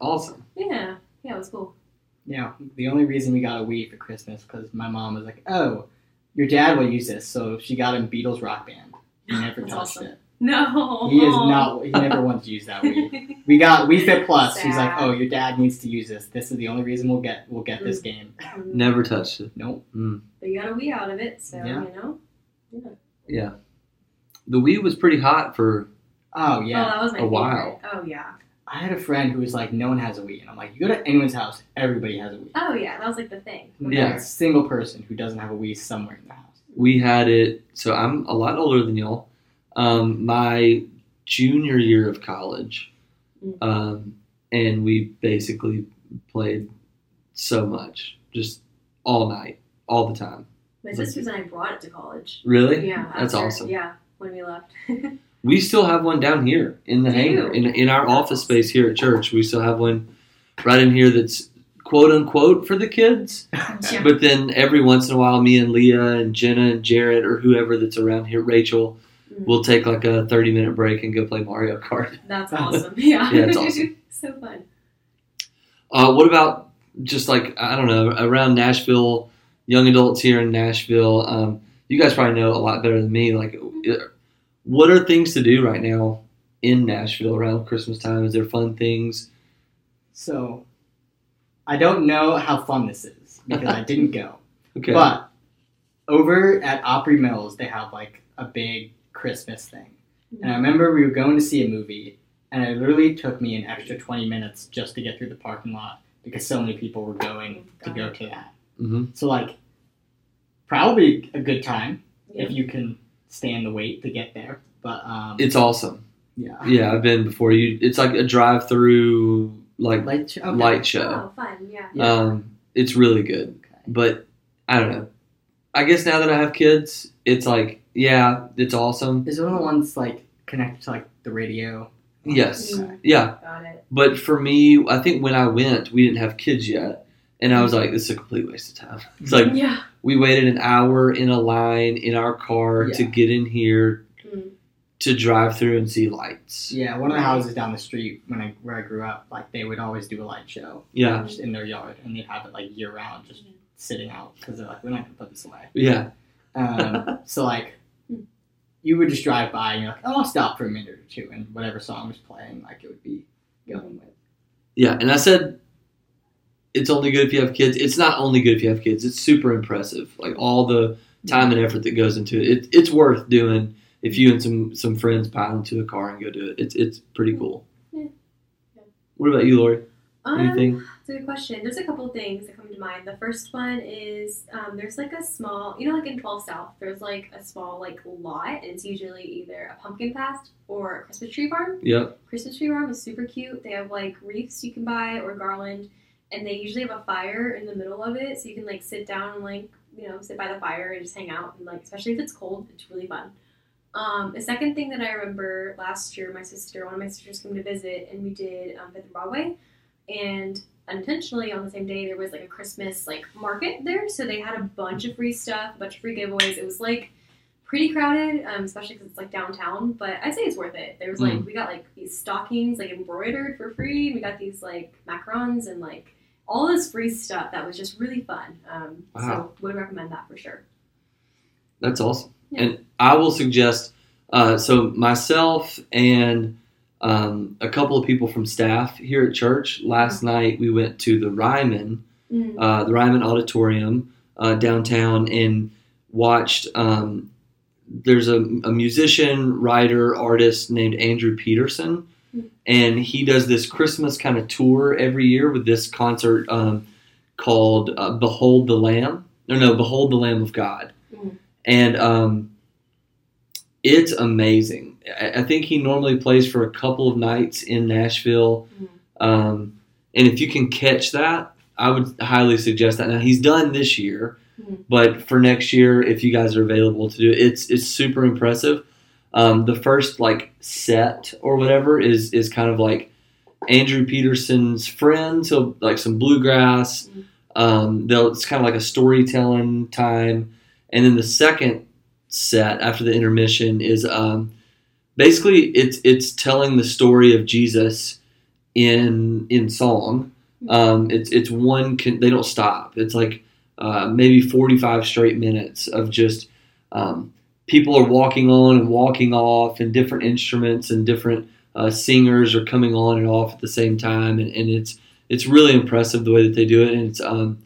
B: Awesome.
C: yeah, yeah, it was cool.
A: "Yeah." The only reason we got a Wii for Christmas because my mom was like, "Oh, your dad will use this," so she got him Beatles Rock Band. He never touched
C: That's awesome. Oh.
A: it.
C: No.
A: He is not. He never wanted to use that Wii. We got Wii Fit Plus. He's like,
C: Sad.
A: "Oh, your dad needs to use this. This is the only reason we'll get we'll get
C: Mm.
A: this game."
C: but
B: Never touched it.
A: Nope.
C: you Um, got a wee out of it, so
A: Yeah.
C: you know. Oh,
B: Yeah. The Wii was pretty hot for
A: Oh
C: Oh,
A: yeah.
C: that was my
B: A while.
C: favorite. Oh yeah.
A: I had a friend who was like, "No one has a Wii," and I'm like, "You go to anyone's house, everybody has a Wii."
C: Oh yeah, that was like the thing.
A: There's
B: Yeah.
A: not a single person who doesn't have a Wii somewhere in the house.
B: we had it so i'm a lot older than y'all um, my junior year of college
C: Mm.
B: um, and we basically played so much just all night all the time
C: My sisters and I brought it to college.
B: really
C: Yeah,
B: That's
C: after-
B: awesome.
C: Yeah, when we left.
B: we still have one down here in the
C: Do
B: hangar
C: you?
B: in, in our office space here at church we still have one right in here that's quote unquote for the kids
C: Yeah.
B: But then every once in a while, me and Leah and Jenna and Jared or whoever that's around here, Rachel,
C: Mhm.
B: will take like a 30 minute break and go play Mario Kart.
C: That's awesome. Yeah.
B: Uh, Yeah, it's awesome.
C: so fun.
B: Uh, what about just like, I don't know, around Nashville, young adults here in Nashville? Um, you guys probably know a lot better than me. Like, what are things to do right now in Nashville around Christmas time? Is there fun things?
A: So, I don't know how fun this is because I didn't go.
B: Okay.
A: But over at Opry Mills, they have like a big Christmas thing. And I remember we were going to see a movie, and it literally took me an extra 20 minutes just to get through the parking lot because so many people were going to go to that.
B: hmm
A: So, like, probably a good time
C: Yeah.
A: if you can stand the wait to get there. But, um,
B: It's awesome.
A: yeah.
B: Yeah, I've been before. You, It's like a drive through, like,
A: Light show? Okay.
B: light show.
C: Oh, fun. Yeah.
A: Yeah.
B: Um, it's really good,
A: Okay.
B: but I don't know. I guess now that I have kids, it's like, yeah, it's awesome.
A: Is it one of the ones, like, connected to, like, the radio?
B: Yes.
C: Mm,
B: Yeah,
C: Got it.
B: but for me, I think when I went, we didn't have kids yet, and I was like, this is a complete waste of time. It's like
C: Yeah.
B: we waited an hour in a line in our car to
A: Yeah. Mm-hmm.
B: get in here
C: Mm.
B: to drive through and see lights.
A: Yeah, one of the
C: Right.
A: houses down the street when I where I grew up, like they would always do a light show
B: Yeah,
A: just in their yard, and they'd have it like year round, just sitting out because they're like, we're not gonna put this away.
B: yeah,
A: Um, so like, you would just drive by and you're like, oh, I'll stop for a minute or two, and whatever song was playing, like it would be going with.
B: yeah. And I said, it's only good if you have kids. It's not only good if you have kids. It's super impressive. Like all the time and effort that goes into it. it it's worth doing if you and some some friends pile into a car and go do it. It's it's pretty cool.
C: Yeah. Yeah.
B: What about you, Lori?
C: Um,
B: Anything?
C: It's a good question. There's a couple things that come to mind. The first one is um, there's like a small, you know, like in 12 South, there's like a small like lot, and it's usually either a pumpkin patch or a Christmas tree farm.
B: Yep.
C: Christmas tree farm is super cute. They have like wreaths you can buy or garland, and they usually have a fire in the middle of it, so you can like sit down and like you know sit by the fire and just hang out. And like especially if it's cold, it's really fun. Um, the second thing that I remember last year, my sister, one of my sisters came to visit, and we did um, Fifth and Broadway, and unintentionally on the same day there was like a Christmas like market there, so they had a bunch of free stuff, a bunch of free giveaways. It was like pretty crowded, um, especially because it's like downtown. But I'd say it's worth it. There was like we got like these stockings like embroidered for free. and We got these like macarons and like all this free stuff that was just really fun. Um,
B: Wow.
C: So would recommend that for sure.
B: That's awesome.
C: Yeah.
B: And I will suggest uh, so myself and um, a couple of people from staff here at church
C: Mm-hmm.
B: last night we went to the Ryman,
C: Mm.
B: uh, the Ryman Auditorium uh, downtown, and watched. Um, there's a, a musician, writer, artist named Andrew Peterson,
C: Mm.
B: and he does this Christmas kind of tour every year with this concert um, called uh, "Behold the Lamb." No, no, "Behold the Lamb of God."
C: Mm.
B: and um, it's amazing. I, I think he normally plays for a couple of nights in Nashville,
C: Mhm.
B: um, and if you can catch that, I would highly suggest that. Now he's done this year,
C: Mhm.
B: but for next year, if you guys are available to do it, it's it's super impressive. Um, the first like set or whatever is is kind of like Andrew Peterson's friends, so like some bluegrass.
C: Mhm.
B: Um, they'll, it's kind of like a storytelling time. And then the second set after the intermission is um, basically it's it's telling the story of Jesus in in song. Um, it's it's one con- they don't stop. It's like uh, maybe forty five straight minutes of just um, people are walking on and walking off, and different instruments and different uh, singers are coming on and off at the same time, and, and it's it's really impressive the way that they do it, and it's um,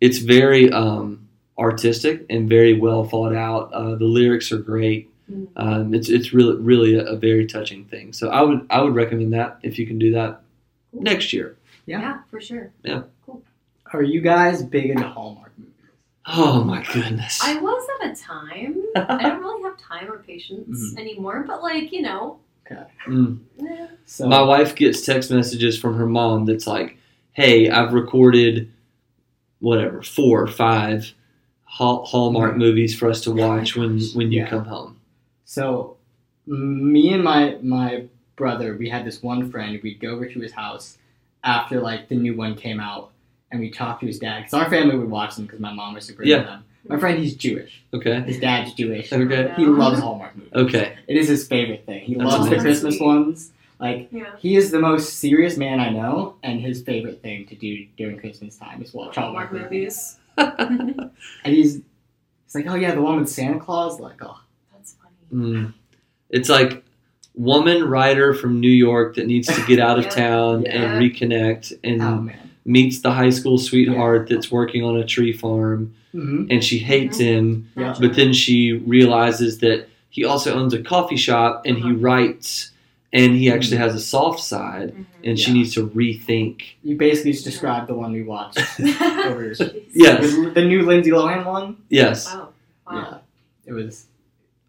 B: it's very um, artistic and very well thought out. Uh, the lyrics are great.
C: Mm.
B: Um, it's it's really really a, a very touching thing. So I would I would recommend that if you can do that
C: Cool.
B: next year.
A: Yeah.
C: Yeah. for sure.
A: Are you guys big into Hallmark movies?
B: Oh my goodness!
C: I was at a time. I don't really have time or
A: Mm-hmm.
C: patience anymore, but like you know,
B: Mm.
C: eh,
A: So
B: My wife gets text messages from her mom that's like, "Hey, I've recorded whatever four or five Hall- Hallmark movies for us to watch when when you
A: Yeah.
B: come home."
A: So, me and my my brother, we had this one friend. We'd go over to his house after like the new one came out, and we talked to his dad because our family would watch them because my mom was super
B: Yeah.
A: into them. My friend, he's Jewish.
B: Okay.
A: His dad's Jewish.
B: Okay.
A: He loves Hallmark movies.
B: Okay.
A: It is his favorite thing. He
B: That's
A: loves the
B: amazing.
A: Christmas ones. Like
C: yeah.
A: he is the most serious man I know, and his favorite thing to do during Christmas time is watch Hallmark movies.
C: movies.
A: And he's, he's like, oh yeah, the one with Santa Claus. Like, oh
C: That's funny.
B: Mm. It's like woman writer from New York that needs to get out of
C: Yeah.
B: town
C: Yeah.
B: and reconnect and
A: oh man.
B: meets the high school sweetheart that's working on a tree farm
A: hmm
B: and she hates
C: Mm-hmm.
B: him
A: Yeah.
B: but then she realizes that he also owns a coffee shop and he
C: Uh-huh.
B: writes and he actually has a soft side
C: Mm-hmm.
B: and she
A: Mm-hmm. Yeah.
B: needs to rethink
A: You basically just described the one we watched
C: Mhm.
A: over
B: Yeah.
A: The, the new Lindsay Lohan one.
B: yes
C: Wow. oh, Wow.
A: Yeah, it was.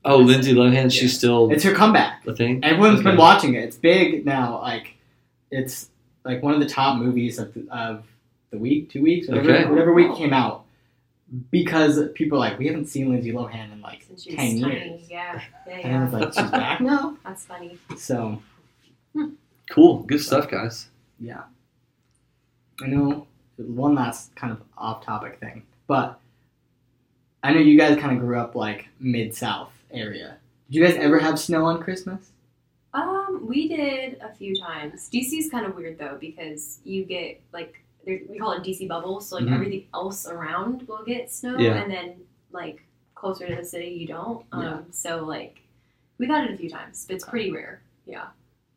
B: oh lindsay lohan she's
A: Yeah.
B: still
A: It's her comeback.
B: a thing
A: Everyone's
B: Okay.
A: been watching it. It's big now. Like, it's like one of the top movies of the, of the week, two weeks, whatever,
B: Okay.
A: whatever week came out, because people are like we haven't seen Lindsay Lohan in like
C: Since she was
A: ten
C: tiny.
A: years,
C: Yeah. Yeah,
A: and I was
C: yeah.
A: like, she's back now.
C: That's funny.
A: So
B: cool good stuff guys
A: yeah, I know one last kind of off topic thing, but I know you guys kind of grew up like mid South area. Did you guys ever have snow on Christmas?
C: Um, we did a few times. DC's kind of weird though because you get like there, we call it DC bubble, so like
A: Mm-hmm.
B: Mhm.
C: everything else around will get snow,
B: Yeah.
C: and then like closer to the city you don't. Um,
A: Yeah.
C: so like we got it a few times, but it's pretty rare. Yeah.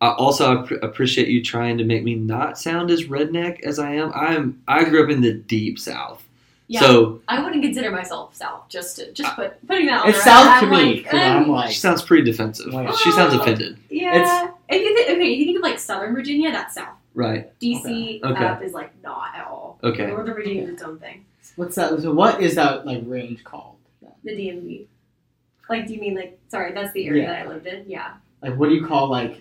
B: I also app- appreciate you trying to make me not sound as redneck as I am. I'm I grew up in the deep South,
C: Yeah.
B: So
C: I wouldn't consider myself South. Just to, just put, putting that out
A: Uh, It's
C: there.
A: South to
C: I'm
A: me
C: like,
A: because I'm
C: um,
A: like
B: she sounds pretty defensive.
A: Wait.
B: She sounds offended,
C: yeah. If you think, okay, if you think of like Southern Virginia, that's South.
B: right?
C: DC
B: Okay.
C: up is like not at all.
B: Okay.
C: Northern Virginia is its own thing.
A: what's that? So what is that like range called? then?
C: The DMV. Like, do you mean like? Sorry, that's the area
A: Yeah.
C: that I lived in. Yeah.
A: Like what do you call like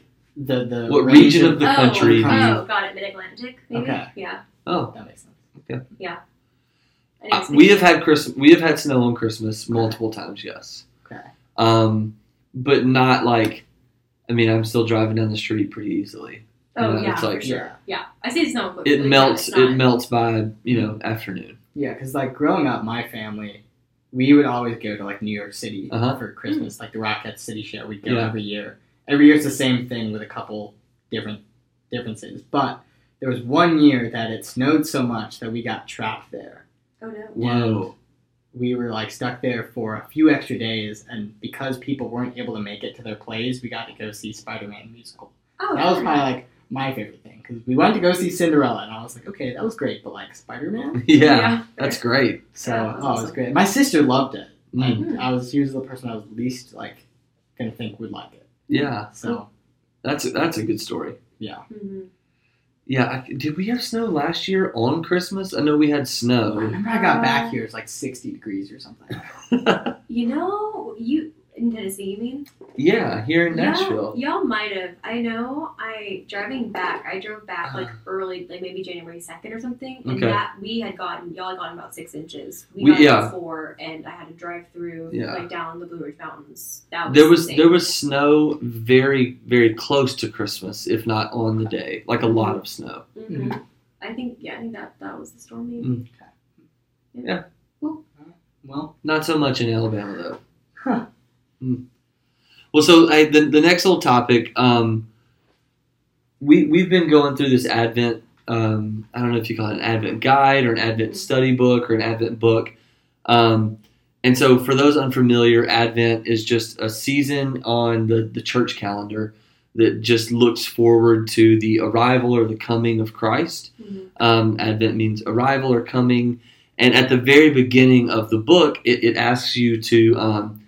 A: the the
B: What
A: range
B: region of the
C: oh,
B: country?
A: do you-
C: Oh, got it. Mid Atlantic. Maybe.
A: Okay.
C: Yeah.
B: Oh,
A: That makes sense.
B: Uh,
C: Anyways,
B: we have had Chris. We have had snow on Christmas multiple times. Yes.
A: Okay.
B: Um, but not like. I mean, I'm still driving down the street pretty easily.
C: Oh
B: you know,
C: yeah,
B: it's
C: for
B: like-
C: sure. Yeah, I say it's not. included,
B: It
C: but yeah,
B: melts.
C: it's
B: It
C: not.
B: melts by you know afternoon.
A: Yeah, because like growing up, my family, we would always go to like New York City
B: Uh-huh.
A: for Christmas, like the Rockette City Show. We'd go
B: Yeah.
A: every year. Every year it's the same thing with a couple different differences. But there was one year that it snowed so much that we got trapped there.
C: Oh no.
B: Whoa.
A: We were like stuck there for a few extra days, and because people weren't able to make it to their plays, we got to go see Spider Man musical.
C: Oh,
A: That was
C: yeah.
A: probably like my favorite thing because we went to go see Cinderella, and I was like, okay, that was great, but like Spider Man,
B: yeah, that's great.
A: so
C: Yeah, that was
A: oh, it was
C: awesome.
A: great. My sister loved it.
B: Mm,
A: And I was he was the person I was least like gonna think would like it.
B: yeah,
A: So
B: that's a, that's a good story.
C: hmm
B: Yeah, I, did we have snow last year on Christmas? I know we had
A: I
B: snow.
A: remember I got back here it was like sixty degrees or something.
C: You know, you in Tennessee, you mean?
B: yeah, here in
C: Yeah,
B: Nashville.
C: Y'all might have. I know. I driving back. I drove back like early, like maybe January second or something, and
B: Uh-huh. Okay.
C: that we had gotten y'all had gotten about six inches. We,
B: We-
C: got
B: yeah.
C: four, and I had to drive through
B: Yeah.
C: like down the Blue Ridge Mountains. That was
B: There was
C: insane.
B: there was snow very very close to Christmas, if not on the day, like a lot of snow.
C: Mhm. I think yeah, I think that that was the storm. Maybe.
B: Mm.
A: Well,
B: Not so much in Alabama though.
A: Huh.
B: Mm. Well, so I, the the next little topic, um, we we've been going through this Advent. Um, I don't know if you call it an Advent guide or an Advent study book or an Advent book. Um, and so, for those unfamiliar, Advent is just a season on the, the church calendar that just looks forward to the arrival or the coming of Christ.
C: Mhm.
B: Um, Advent means arrival or coming. And at the very beginning of the book, it, it asks you to um,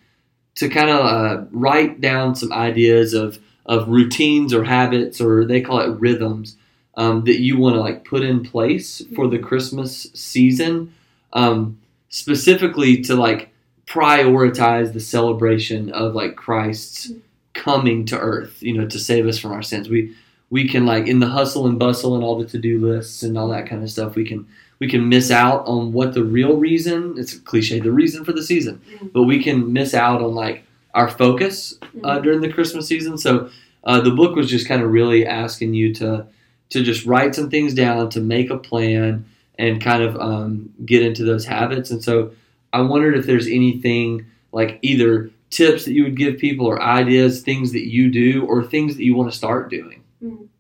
B: to kind of uh, write down some ideas of of routines or habits, or they call it rhythms, um, that you want to like put in place for the Christmas season, um, specifically to like prioritize the celebration of like Christ's coming to earth, you know, to save us from our sins. We we can like in the hustle and bustle and all the to-do lists and all that kind of stuff we can we can miss out on what the real reason it's a cliche the reason for the season
C: Mhm.
B: but we can miss out on like our focus uh, during the christmas season so uh, the book was just kind of really asking you to to just write some things down to make a plan and kind of um, get into those habits and so i wondered if there's anything like either tips that you would give people or ideas things that you do or things that you want to start doing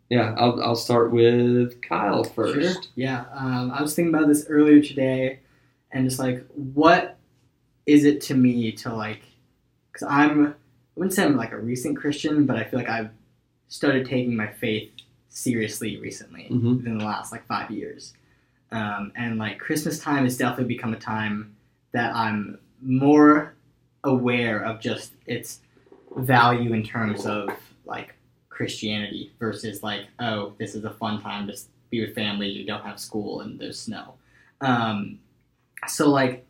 B: yeah, I'll, I'll start with Kyle
A: sure.
B: first.
A: Yeah. Um, I was thinking about this earlier today, and just like what is it to me to like? Because I'm I wouldn't say I'm like a recent Christian, but I feel like I've started taking my faith seriously recently.
B: hmm
A: within the last like five years. Um, and like Christmas time has definitely become a time that I'm more aware of just its value in terms of like Christianity versus like, oh, this is a fun time to s- be with family, you don't have school, and there's snow. Um, so like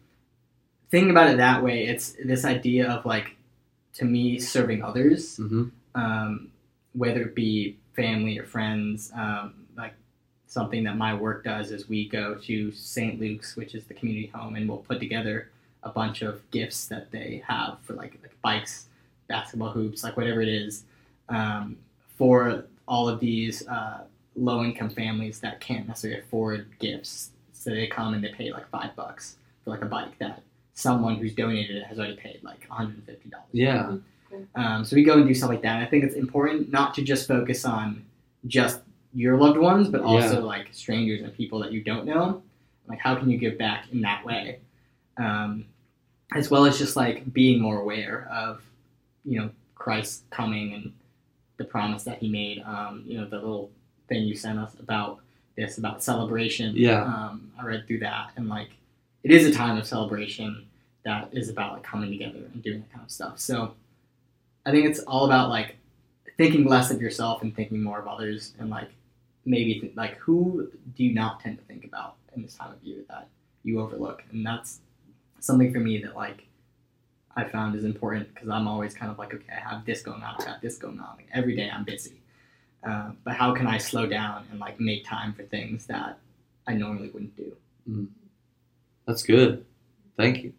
A: thinking about it that way, it's this idea of like to me serving others
B: hmm
A: um, whether it be family or friends. Um, like something that my work does is we go to St. Luke's, which is the community home, and we'll put together a bunch of gifts that they have for like, like bikes, basketball hoops, like whatever it is, um, for all of these uh, low income families that can't necessarily afford gifts. So they come and they pay like five bucks for like a bike that someone who's donated it has already paid like $150.
B: Yeah.
A: Um, so we go and do stuff like that. And I think it's important not to just focus on just your loved ones, but also like strangers and people that you don't know. Like, how can you give back in that way? Um, as well as just like being more aware of, you know, Christ coming and the promise that he made. Um, you know, the little thing you sent us about this, about celebration.
B: Yeah.
A: Um, I read through that and like it is a time of celebration that is about like coming together and doing that kind of stuff. So I think it's all about like thinking less of yourself and thinking more of others and like maybe th- like who do you not tend to think about in this time of year that you overlook and that's something for me that like I found is important because I'm always kind of like okay I have this going on I got this going on like every day I'm busy uh, but how can I slow down and like make time for things that I normally wouldn't do
B: That's good. Thank you.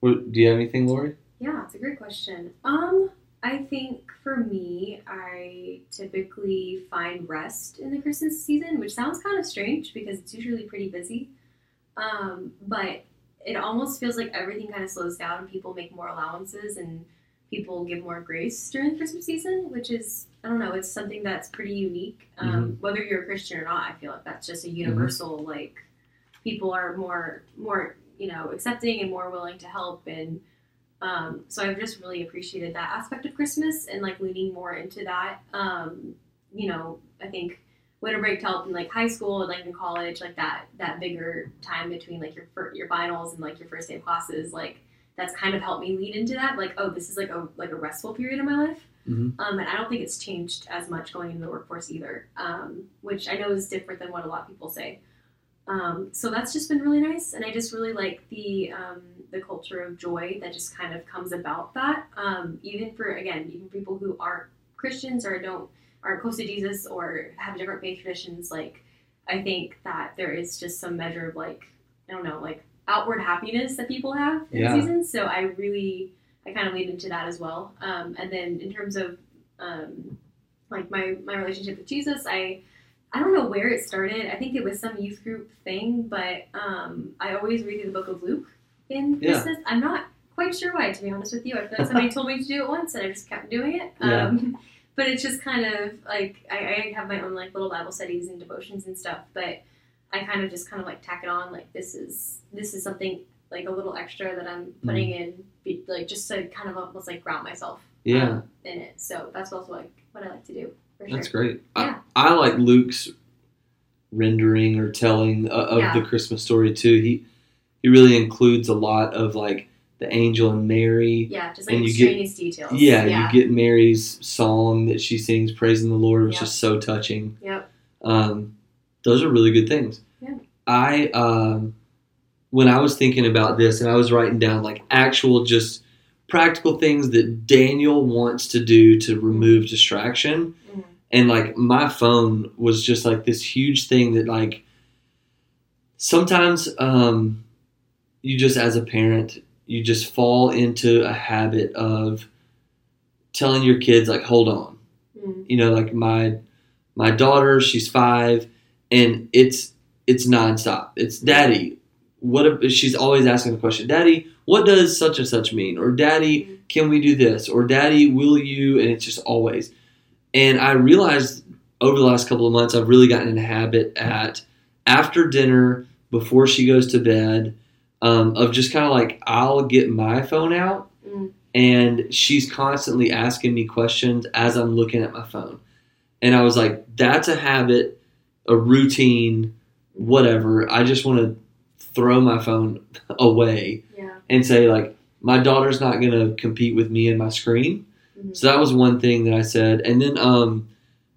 B: What, do you have anything, Lori?
C: Yeah, it's a great question. Um, I think for me, I typically find rest in the Christmas season, which sounds kind of strange because it's usually pretty busy. Um, but it almost feels like everything kind of slows down. People make more allowances and people give more grace during the Christmas season, which is I don't know. It's something that's pretty unique. Um, Whether you're a Christian or not, I feel like that's just a universal like people are more more you know accepting and more willing to help and um, so I've just really appreciated that aspect of Christmas and like leaning more into that. Um, you know, I think winter break to help in like high school and like in college, like that that bigger time between like your fir- your finals and like your first day of classes, like that's kind of helped me lead into that. Like, oh, this is like a like a restful period in my life.
B: Mhm.
C: Um, and I don't think it's changed as much going into the workforce either, um, which I know is different than what a lot of people say. Um, so that's just been really nice, and I just really like the um, the culture of joy that just kind of comes about that. Um, even for again, even people who aren't Christians or don't aren't close to Jesus or have different faith traditions, like I think that there is just some measure of like I don't know, like outward happiness that people have in
B: Yeah.
C: the season. So I really I kind of lean into that as well. Um, and then in terms of um, like my my relationship with Jesus, I I don't know where it started. I think it was some youth group thing, but um, I always read through the Book of Luke in
B: Yeah.
C: Christmas. I'm not quite sure why, to be honest with you. I feel like somebody told me to do it once, and I just kept doing it.
B: Yeah.
C: Um, but it's just kind of like I, I have my own like little Bible studies and devotions and stuff, but I kind of just kind of like tack it on. Like this is this is something like a little extra that I'm
B: Mm-hmm.
C: putting in, be, like just to kind of almost like ground myself um,
B: Yeah,
C: in it. So that's also like what I like to do. For sure.
B: that's great.
C: Yeah.
B: I, I like Luke's rendering or telling uh, of
C: Yeah.
B: the Christmas story too. He he really includes a lot of like the angel and Mary.
C: Yeah, just like
B: And you get-
C: extraneous details.
B: Yeah,
C: yeah,
B: you get Mary's song that she sings, praising the Lord, which
C: Yeah.
B: is so touching.
C: Yep.
B: Um, those are really good things.
C: Yeah.
B: I um, when I was thinking about this, and I was writing down like actual just practical things that Daniel wants to do to remove distraction,
C: Mhm.
B: and like my phone was just like this huge thing that like sometimes um, you just as a parent you just fall into a habit of telling your kids like hold on
C: Mm,
B: you know like my my daughter she's five and it's it's nonstop it's daddy what if, she's always asking the question daddy what does such and such mean or daddy can we do this or daddy will you and it's just always and i realized over the last couple of months i've really gotten in a habit at after dinner before she goes to bed um, of just kind of like i'll get my phone out
C: mm,
B: and she's constantly asking me questions as I'm looking at my phone. And I was like, that's a habit, a routine, whatever. I just want to throw my phone away
C: yeah.
B: and say, like, my daughter's not going to compete with me and my screen.
C: mhm.
B: So that was one thing that I said. And then um,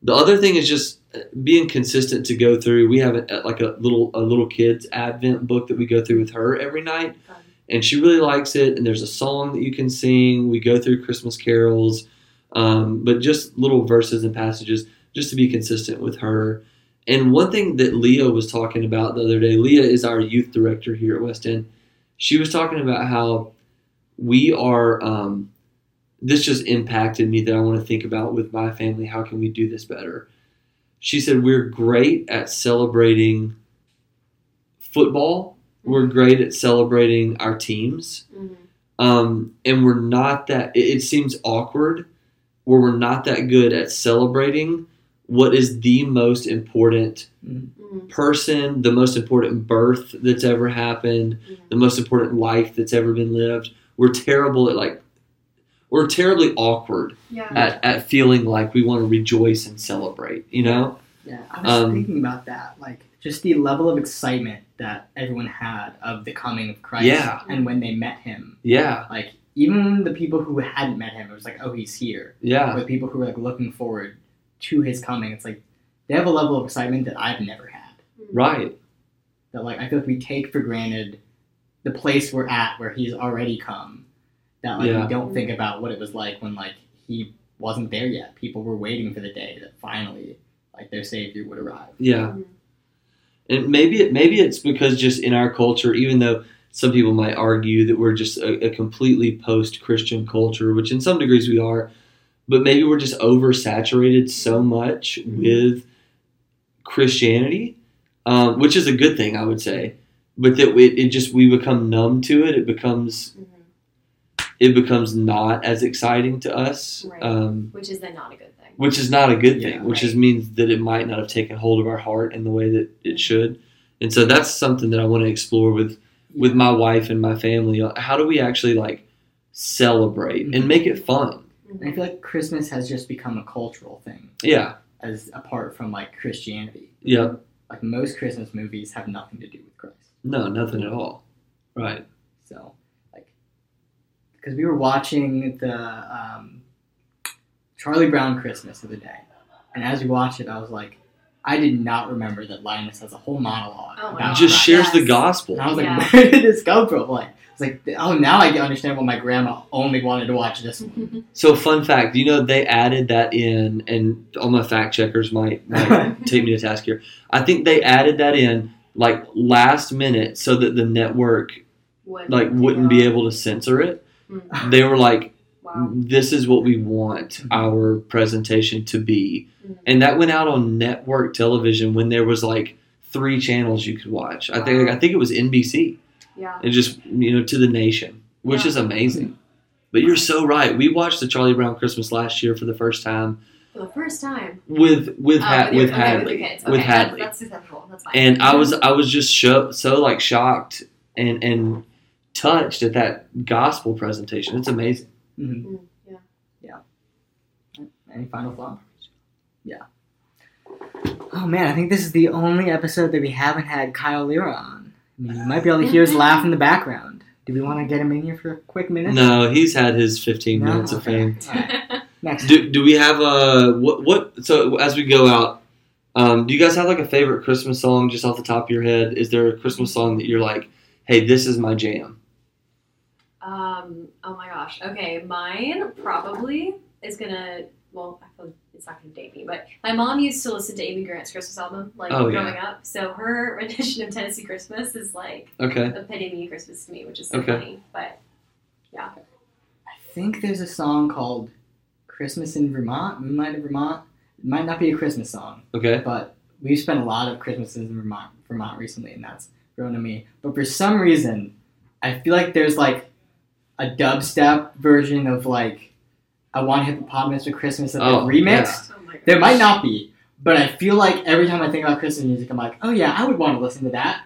B: the other thing is just uh, being consistent to go through. We have a, like a little a little kids advent book that we go through with her every night
C: Um,
B: and she really likes it. And there's a song that you can sing. We go through Christmas carols, um, but just little verses and passages just to be consistent with her. And one thing that Leah was talking about the other day, Leah is our youth director here at West End. She was talking about how we are. Um, this just impacted me that I want to think about with my family. How can we do this better? She said we're great at celebrating football we're great at celebrating our teams
C: mhm,
B: um, and we're not that it, it seems awkward or we're not that good at celebrating what is the most important
C: mhm,
B: person the most important birth that's ever happened
C: mhm.
B: the most important life that's ever been lived we're terrible at like we're terribly awkward
C: Yeah.
B: at, at feeling like we want to rejoice and celebrate you know
A: yeah I was
B: Um,
A: thinking about that like just the level of excitement that everyone had of the coming of Christ
B: Yeah.
A: and when they met him.
B: Yeah,
A: Like even the people who hadn't met him, it was like, oh, he's here.
B: yeah,
A: But the people who were like looking forward to his coming, it's like they have a level of excitement that I've never had.
C: Mm-hmm.
B: right.
A: That like I feel like we take for granted the place we're at where he's already come. That like
B: Yeah.
A: we don't think about what it was like when like he wasn't there yet. People were waiting for the day that finally like their savior would arrive.
B: Yeah, and maybe it maybe it's because just in our culture, even though some people might argue that we're just a, a completely post-Christian culture, which in some degrees we are, but maybe we're just oversaturated so much with Christianity, um, which is a good thing, I would say. But that it, it just we become numb to it. It becomes
C: Mm-hmm.
B: it becomes not as exciting to us.
C: Right.
B: Um,
C: Which is then not a good thing.
B: which is not a good thing,
A: Yeah,
B: which
C: right.
B: is means that it might not have taken hold of our heart in the way that it should. And so that's something that I want to explore with with my wife and my family. Uh, How do we actually like celebrate and make it fun?
A: I feel like Christmas has just become a cultural thing
B: Yeah,
A: as apart from like Christianity.
B: yeah,
A: Like most Christmas movies have nothing to do with Christ.
B: no, nothing at all. Right.
A: So, like, because we were watching the um, Charlie Brown Christmas the other day, and as we watched it, I was like, I did not remember that Linus has a whole monologue.
C: Oh
A: about
C: my God.
B: Just
A: Christ.
B: shares the
C: yes.
A: And
B: gospel.
A: I was like,
C: Yeah.
A: where did this come from? Like, it's like, oh, now I can understand why my grandma only wanted to watch this one.
C: Mm-hmm.
B: So fun fact, you know they added that in, and all my fact checkers might, might take me to task here. I think they added that in like last minute so that the network
C: Would-
B: like wouldn't be able to censor it.
C: Mm.
B: They were like,
C: Wow.
B: this is what we want our presentation to be.
C: Mhm.
B: And that went out on network television when there was like three channels you could watch. I think
C: Wow.
B: I think it was NBC.
C: Yeah.
B: It just you know to the nation, which
C: Yeah.
B: is amazing. But you're so right. We watched the Charlie Brown Christmas last year for the first time
C: For the first time.
B: with with
C: Oh,
B: Ha-
C: your-
B: with
C: okay,
B: Hadley
C: With, your kids. Okay, that's-
B: Hadley.
C: That's, acceptable. That's fine.
B: and I was I was just sho- so like shocked and and touched at that gospel presentation. It's amazing.
A: Mhm.
C: Mm, yeah.
A: Any final thoughts? Yeah. Oh man, I think this is the only episode that we haven't had Kyle Lira on. I mean, you might be able to hear his laugh in the background. Do we want to get him in here for a quick minute?
B: No, he's had his 15
A: No?
B: minutes of
A: Okay.
B: fame.
A: All right. Next.
B: Do, do we have a what? What? So as we go out, um, do you guys have like a favorite Christmas song just off the top of your head? Is there a Christmas song that you're like, hey, this is my jam?
C: Um. Oh my gosh. Okay. Mine probably is gonna. Well, I feel it's not gonna date me, but my mom used to listen to Amy Grant's Christmas album like
B: Oh, yeah.
C: growing up. So her rendition of Tennessee Christmas is like
B: Okay,
C: epitome of Christmas to me, which is so
B: Okay.
C: funny. But
A: I think there's a song called "Christmas in Vermont," "Moonlight in Vermont." It might not be a Christmas song,
B: okay,
A: but we've spent a lot of Christmases in Vermont, Vermont recently, and that's grown to me. But for some reason, I feel like there's like a dubstep version of like "I Want a Hippopotamus for Christmas" that
B: Oh,
A: they remixed.
B: yeah.
C: oh my gosh.
A: There might not be, but I feel like every time I think about Christmas music, I'm like, oh yeah, I would want to listen to that.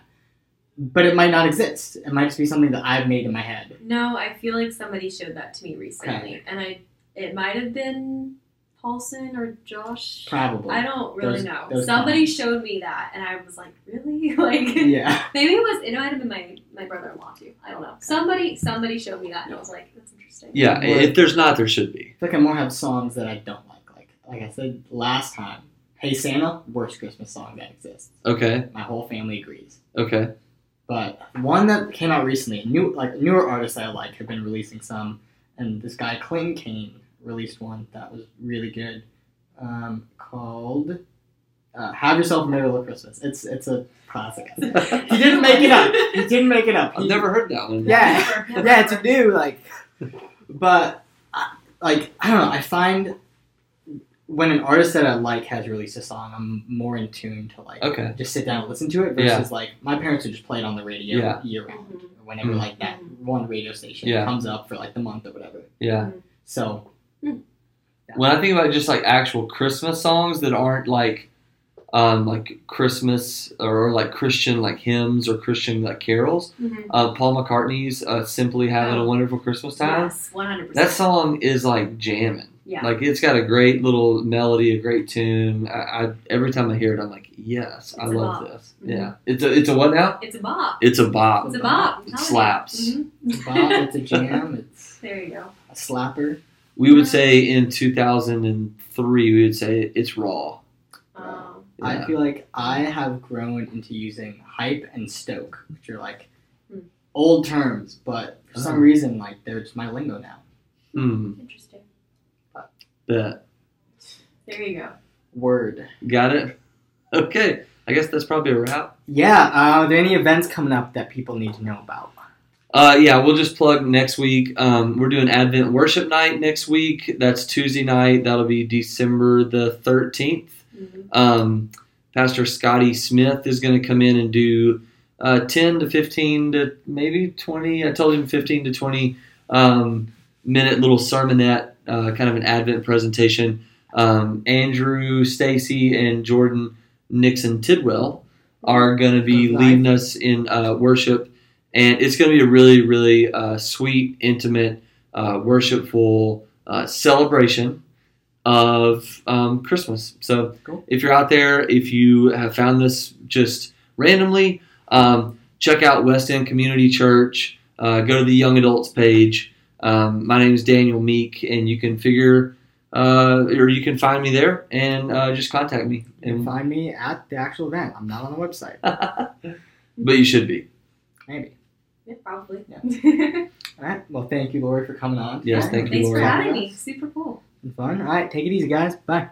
A: But it might not exist. It might just be something that I've made in my head.
C: No, I feel like somebody showed that to me recently, and I it might have been Paulson or Josh.
A: Probably.
C: I don't really
A: Those-
C: know.
A: those
C: Somebody showed me that, and I was like, really? like
A: yeah.
C: maybe it was. It might have been my my brother in law too. I don't know. Somebody somebody showed me that, and I was like, that's interesting.
B: yeah. i- If there's not, there should be.
A: I feel like I more have songs that I don't like. Like like I said last time, Hey Santa, worst Christmas song that exists.
B: Okay,
A: My whole family agrees.
B: okay,
A: But one that came out recently, new like newer artists I like have been releasing some, and this guy Clayton Kane released one that was really good, um, called uh, "Have Yourself a Merry Little Christmas." It's it's a classic. he didn't make it up. He didn't make it up.
B: I've
A: He-
B: never heard that one.
A: Yeah. yeah, it's a new like, but I, like I don't know. I find when an artist that I like has released a song, I'm more in tune to like
B: Okay.
A: just sit down and listen to it
B: Yeah.
A: versus like my parents would just play it on the radio
B: Yeah.
A: year round or whenever
B: Mm.
A: like that one radio station
B: Yeah.
A: comes up for like the month or whatever.
B: yeah.
A: So
B: When I think about just like actual Christmas songs that aren't like, um, like Christmas or like Christian like hymns or Christian like carols.
C: Mhm.
B: uh, Paul
C: Oh.
B: McCartney's uh, "Simply Having a Wonderful Christmas Time."
C: Yes, one hundred percent.
B: That song is like jamming.
C: Yeah.
B: Like it's got a great little melody, a great tune. I, I every time I hear it, I'm like, yes, I
C: It's a
B: love
C: bop.
B: this.
C: Mhm.
B: Yeah, it's a it's a what now?
C: It's a bop.
B: It's a bop.
C: It's a bop. I'm
B: It
C: telling you.
B: slaps.
C: Mhm.
A: It's a bop, it's a jam, it's
C: There you go.
A: a slapper.
B: We would say in 2003, we would say it's raw.
C: Um,
A: I
B: Yeah.
A: feel like I have grown into using hype and stoke, which are like
C: Hmm.
A: old terms, but for
B: Oh.
A: some reason, like they're just my lingo now.
B: Hmm.
C: interesting.
B: That
C: There you go.
A: Word.
B: got it. Okay, I guess that's probably a wrap.
A: Yeah. Uh, are there any events coming up that people need to know about?
B: Uh, yeah, we'll just plug next week. Um, we're doing Advent worship night next week. That's Tuesday night. That'll be December the 13th.
A: Mm-hmm.
C: Mhm.
B: Um, Pastor Scotty Smith is going to come in and do uh, 10 to 15 to maybe 20. I told him 15 to 20 um, minute little sermonette, uh, kind of an Advent presentation. Um, Andrew, Stacy, and Jordan Nixon Tidwell are going to be
A: Good life.
B: leading us in uh, worship. And it's going to be a really, really uh, sweet, intimate, uh, worshipful uh, celebration of um, Christmas. So
A: Cool.
B: if you're out there, if you have found this just randomly, um, check out West End Community Church. Uh, go to the Young Adults page. Um, my name is Daniel Meek, and you can figure uh, or you can find me there and uh, just contact me.
A: You can
B: And,
A: find me at the actual event. I'm not on the website.
B: but you should be.
A: Maybe.
C: Yeah, probably.
A: Yeah.
C: Thanks
A: All right. Well, thank you, Lori, for coming on.
B: Yes,
A: All
B: thank
A: right.
B: you,
C: for
B: Laura.
C: having me. Super cool.
A: Been Fun. All right. Take it easy, guys. Bye.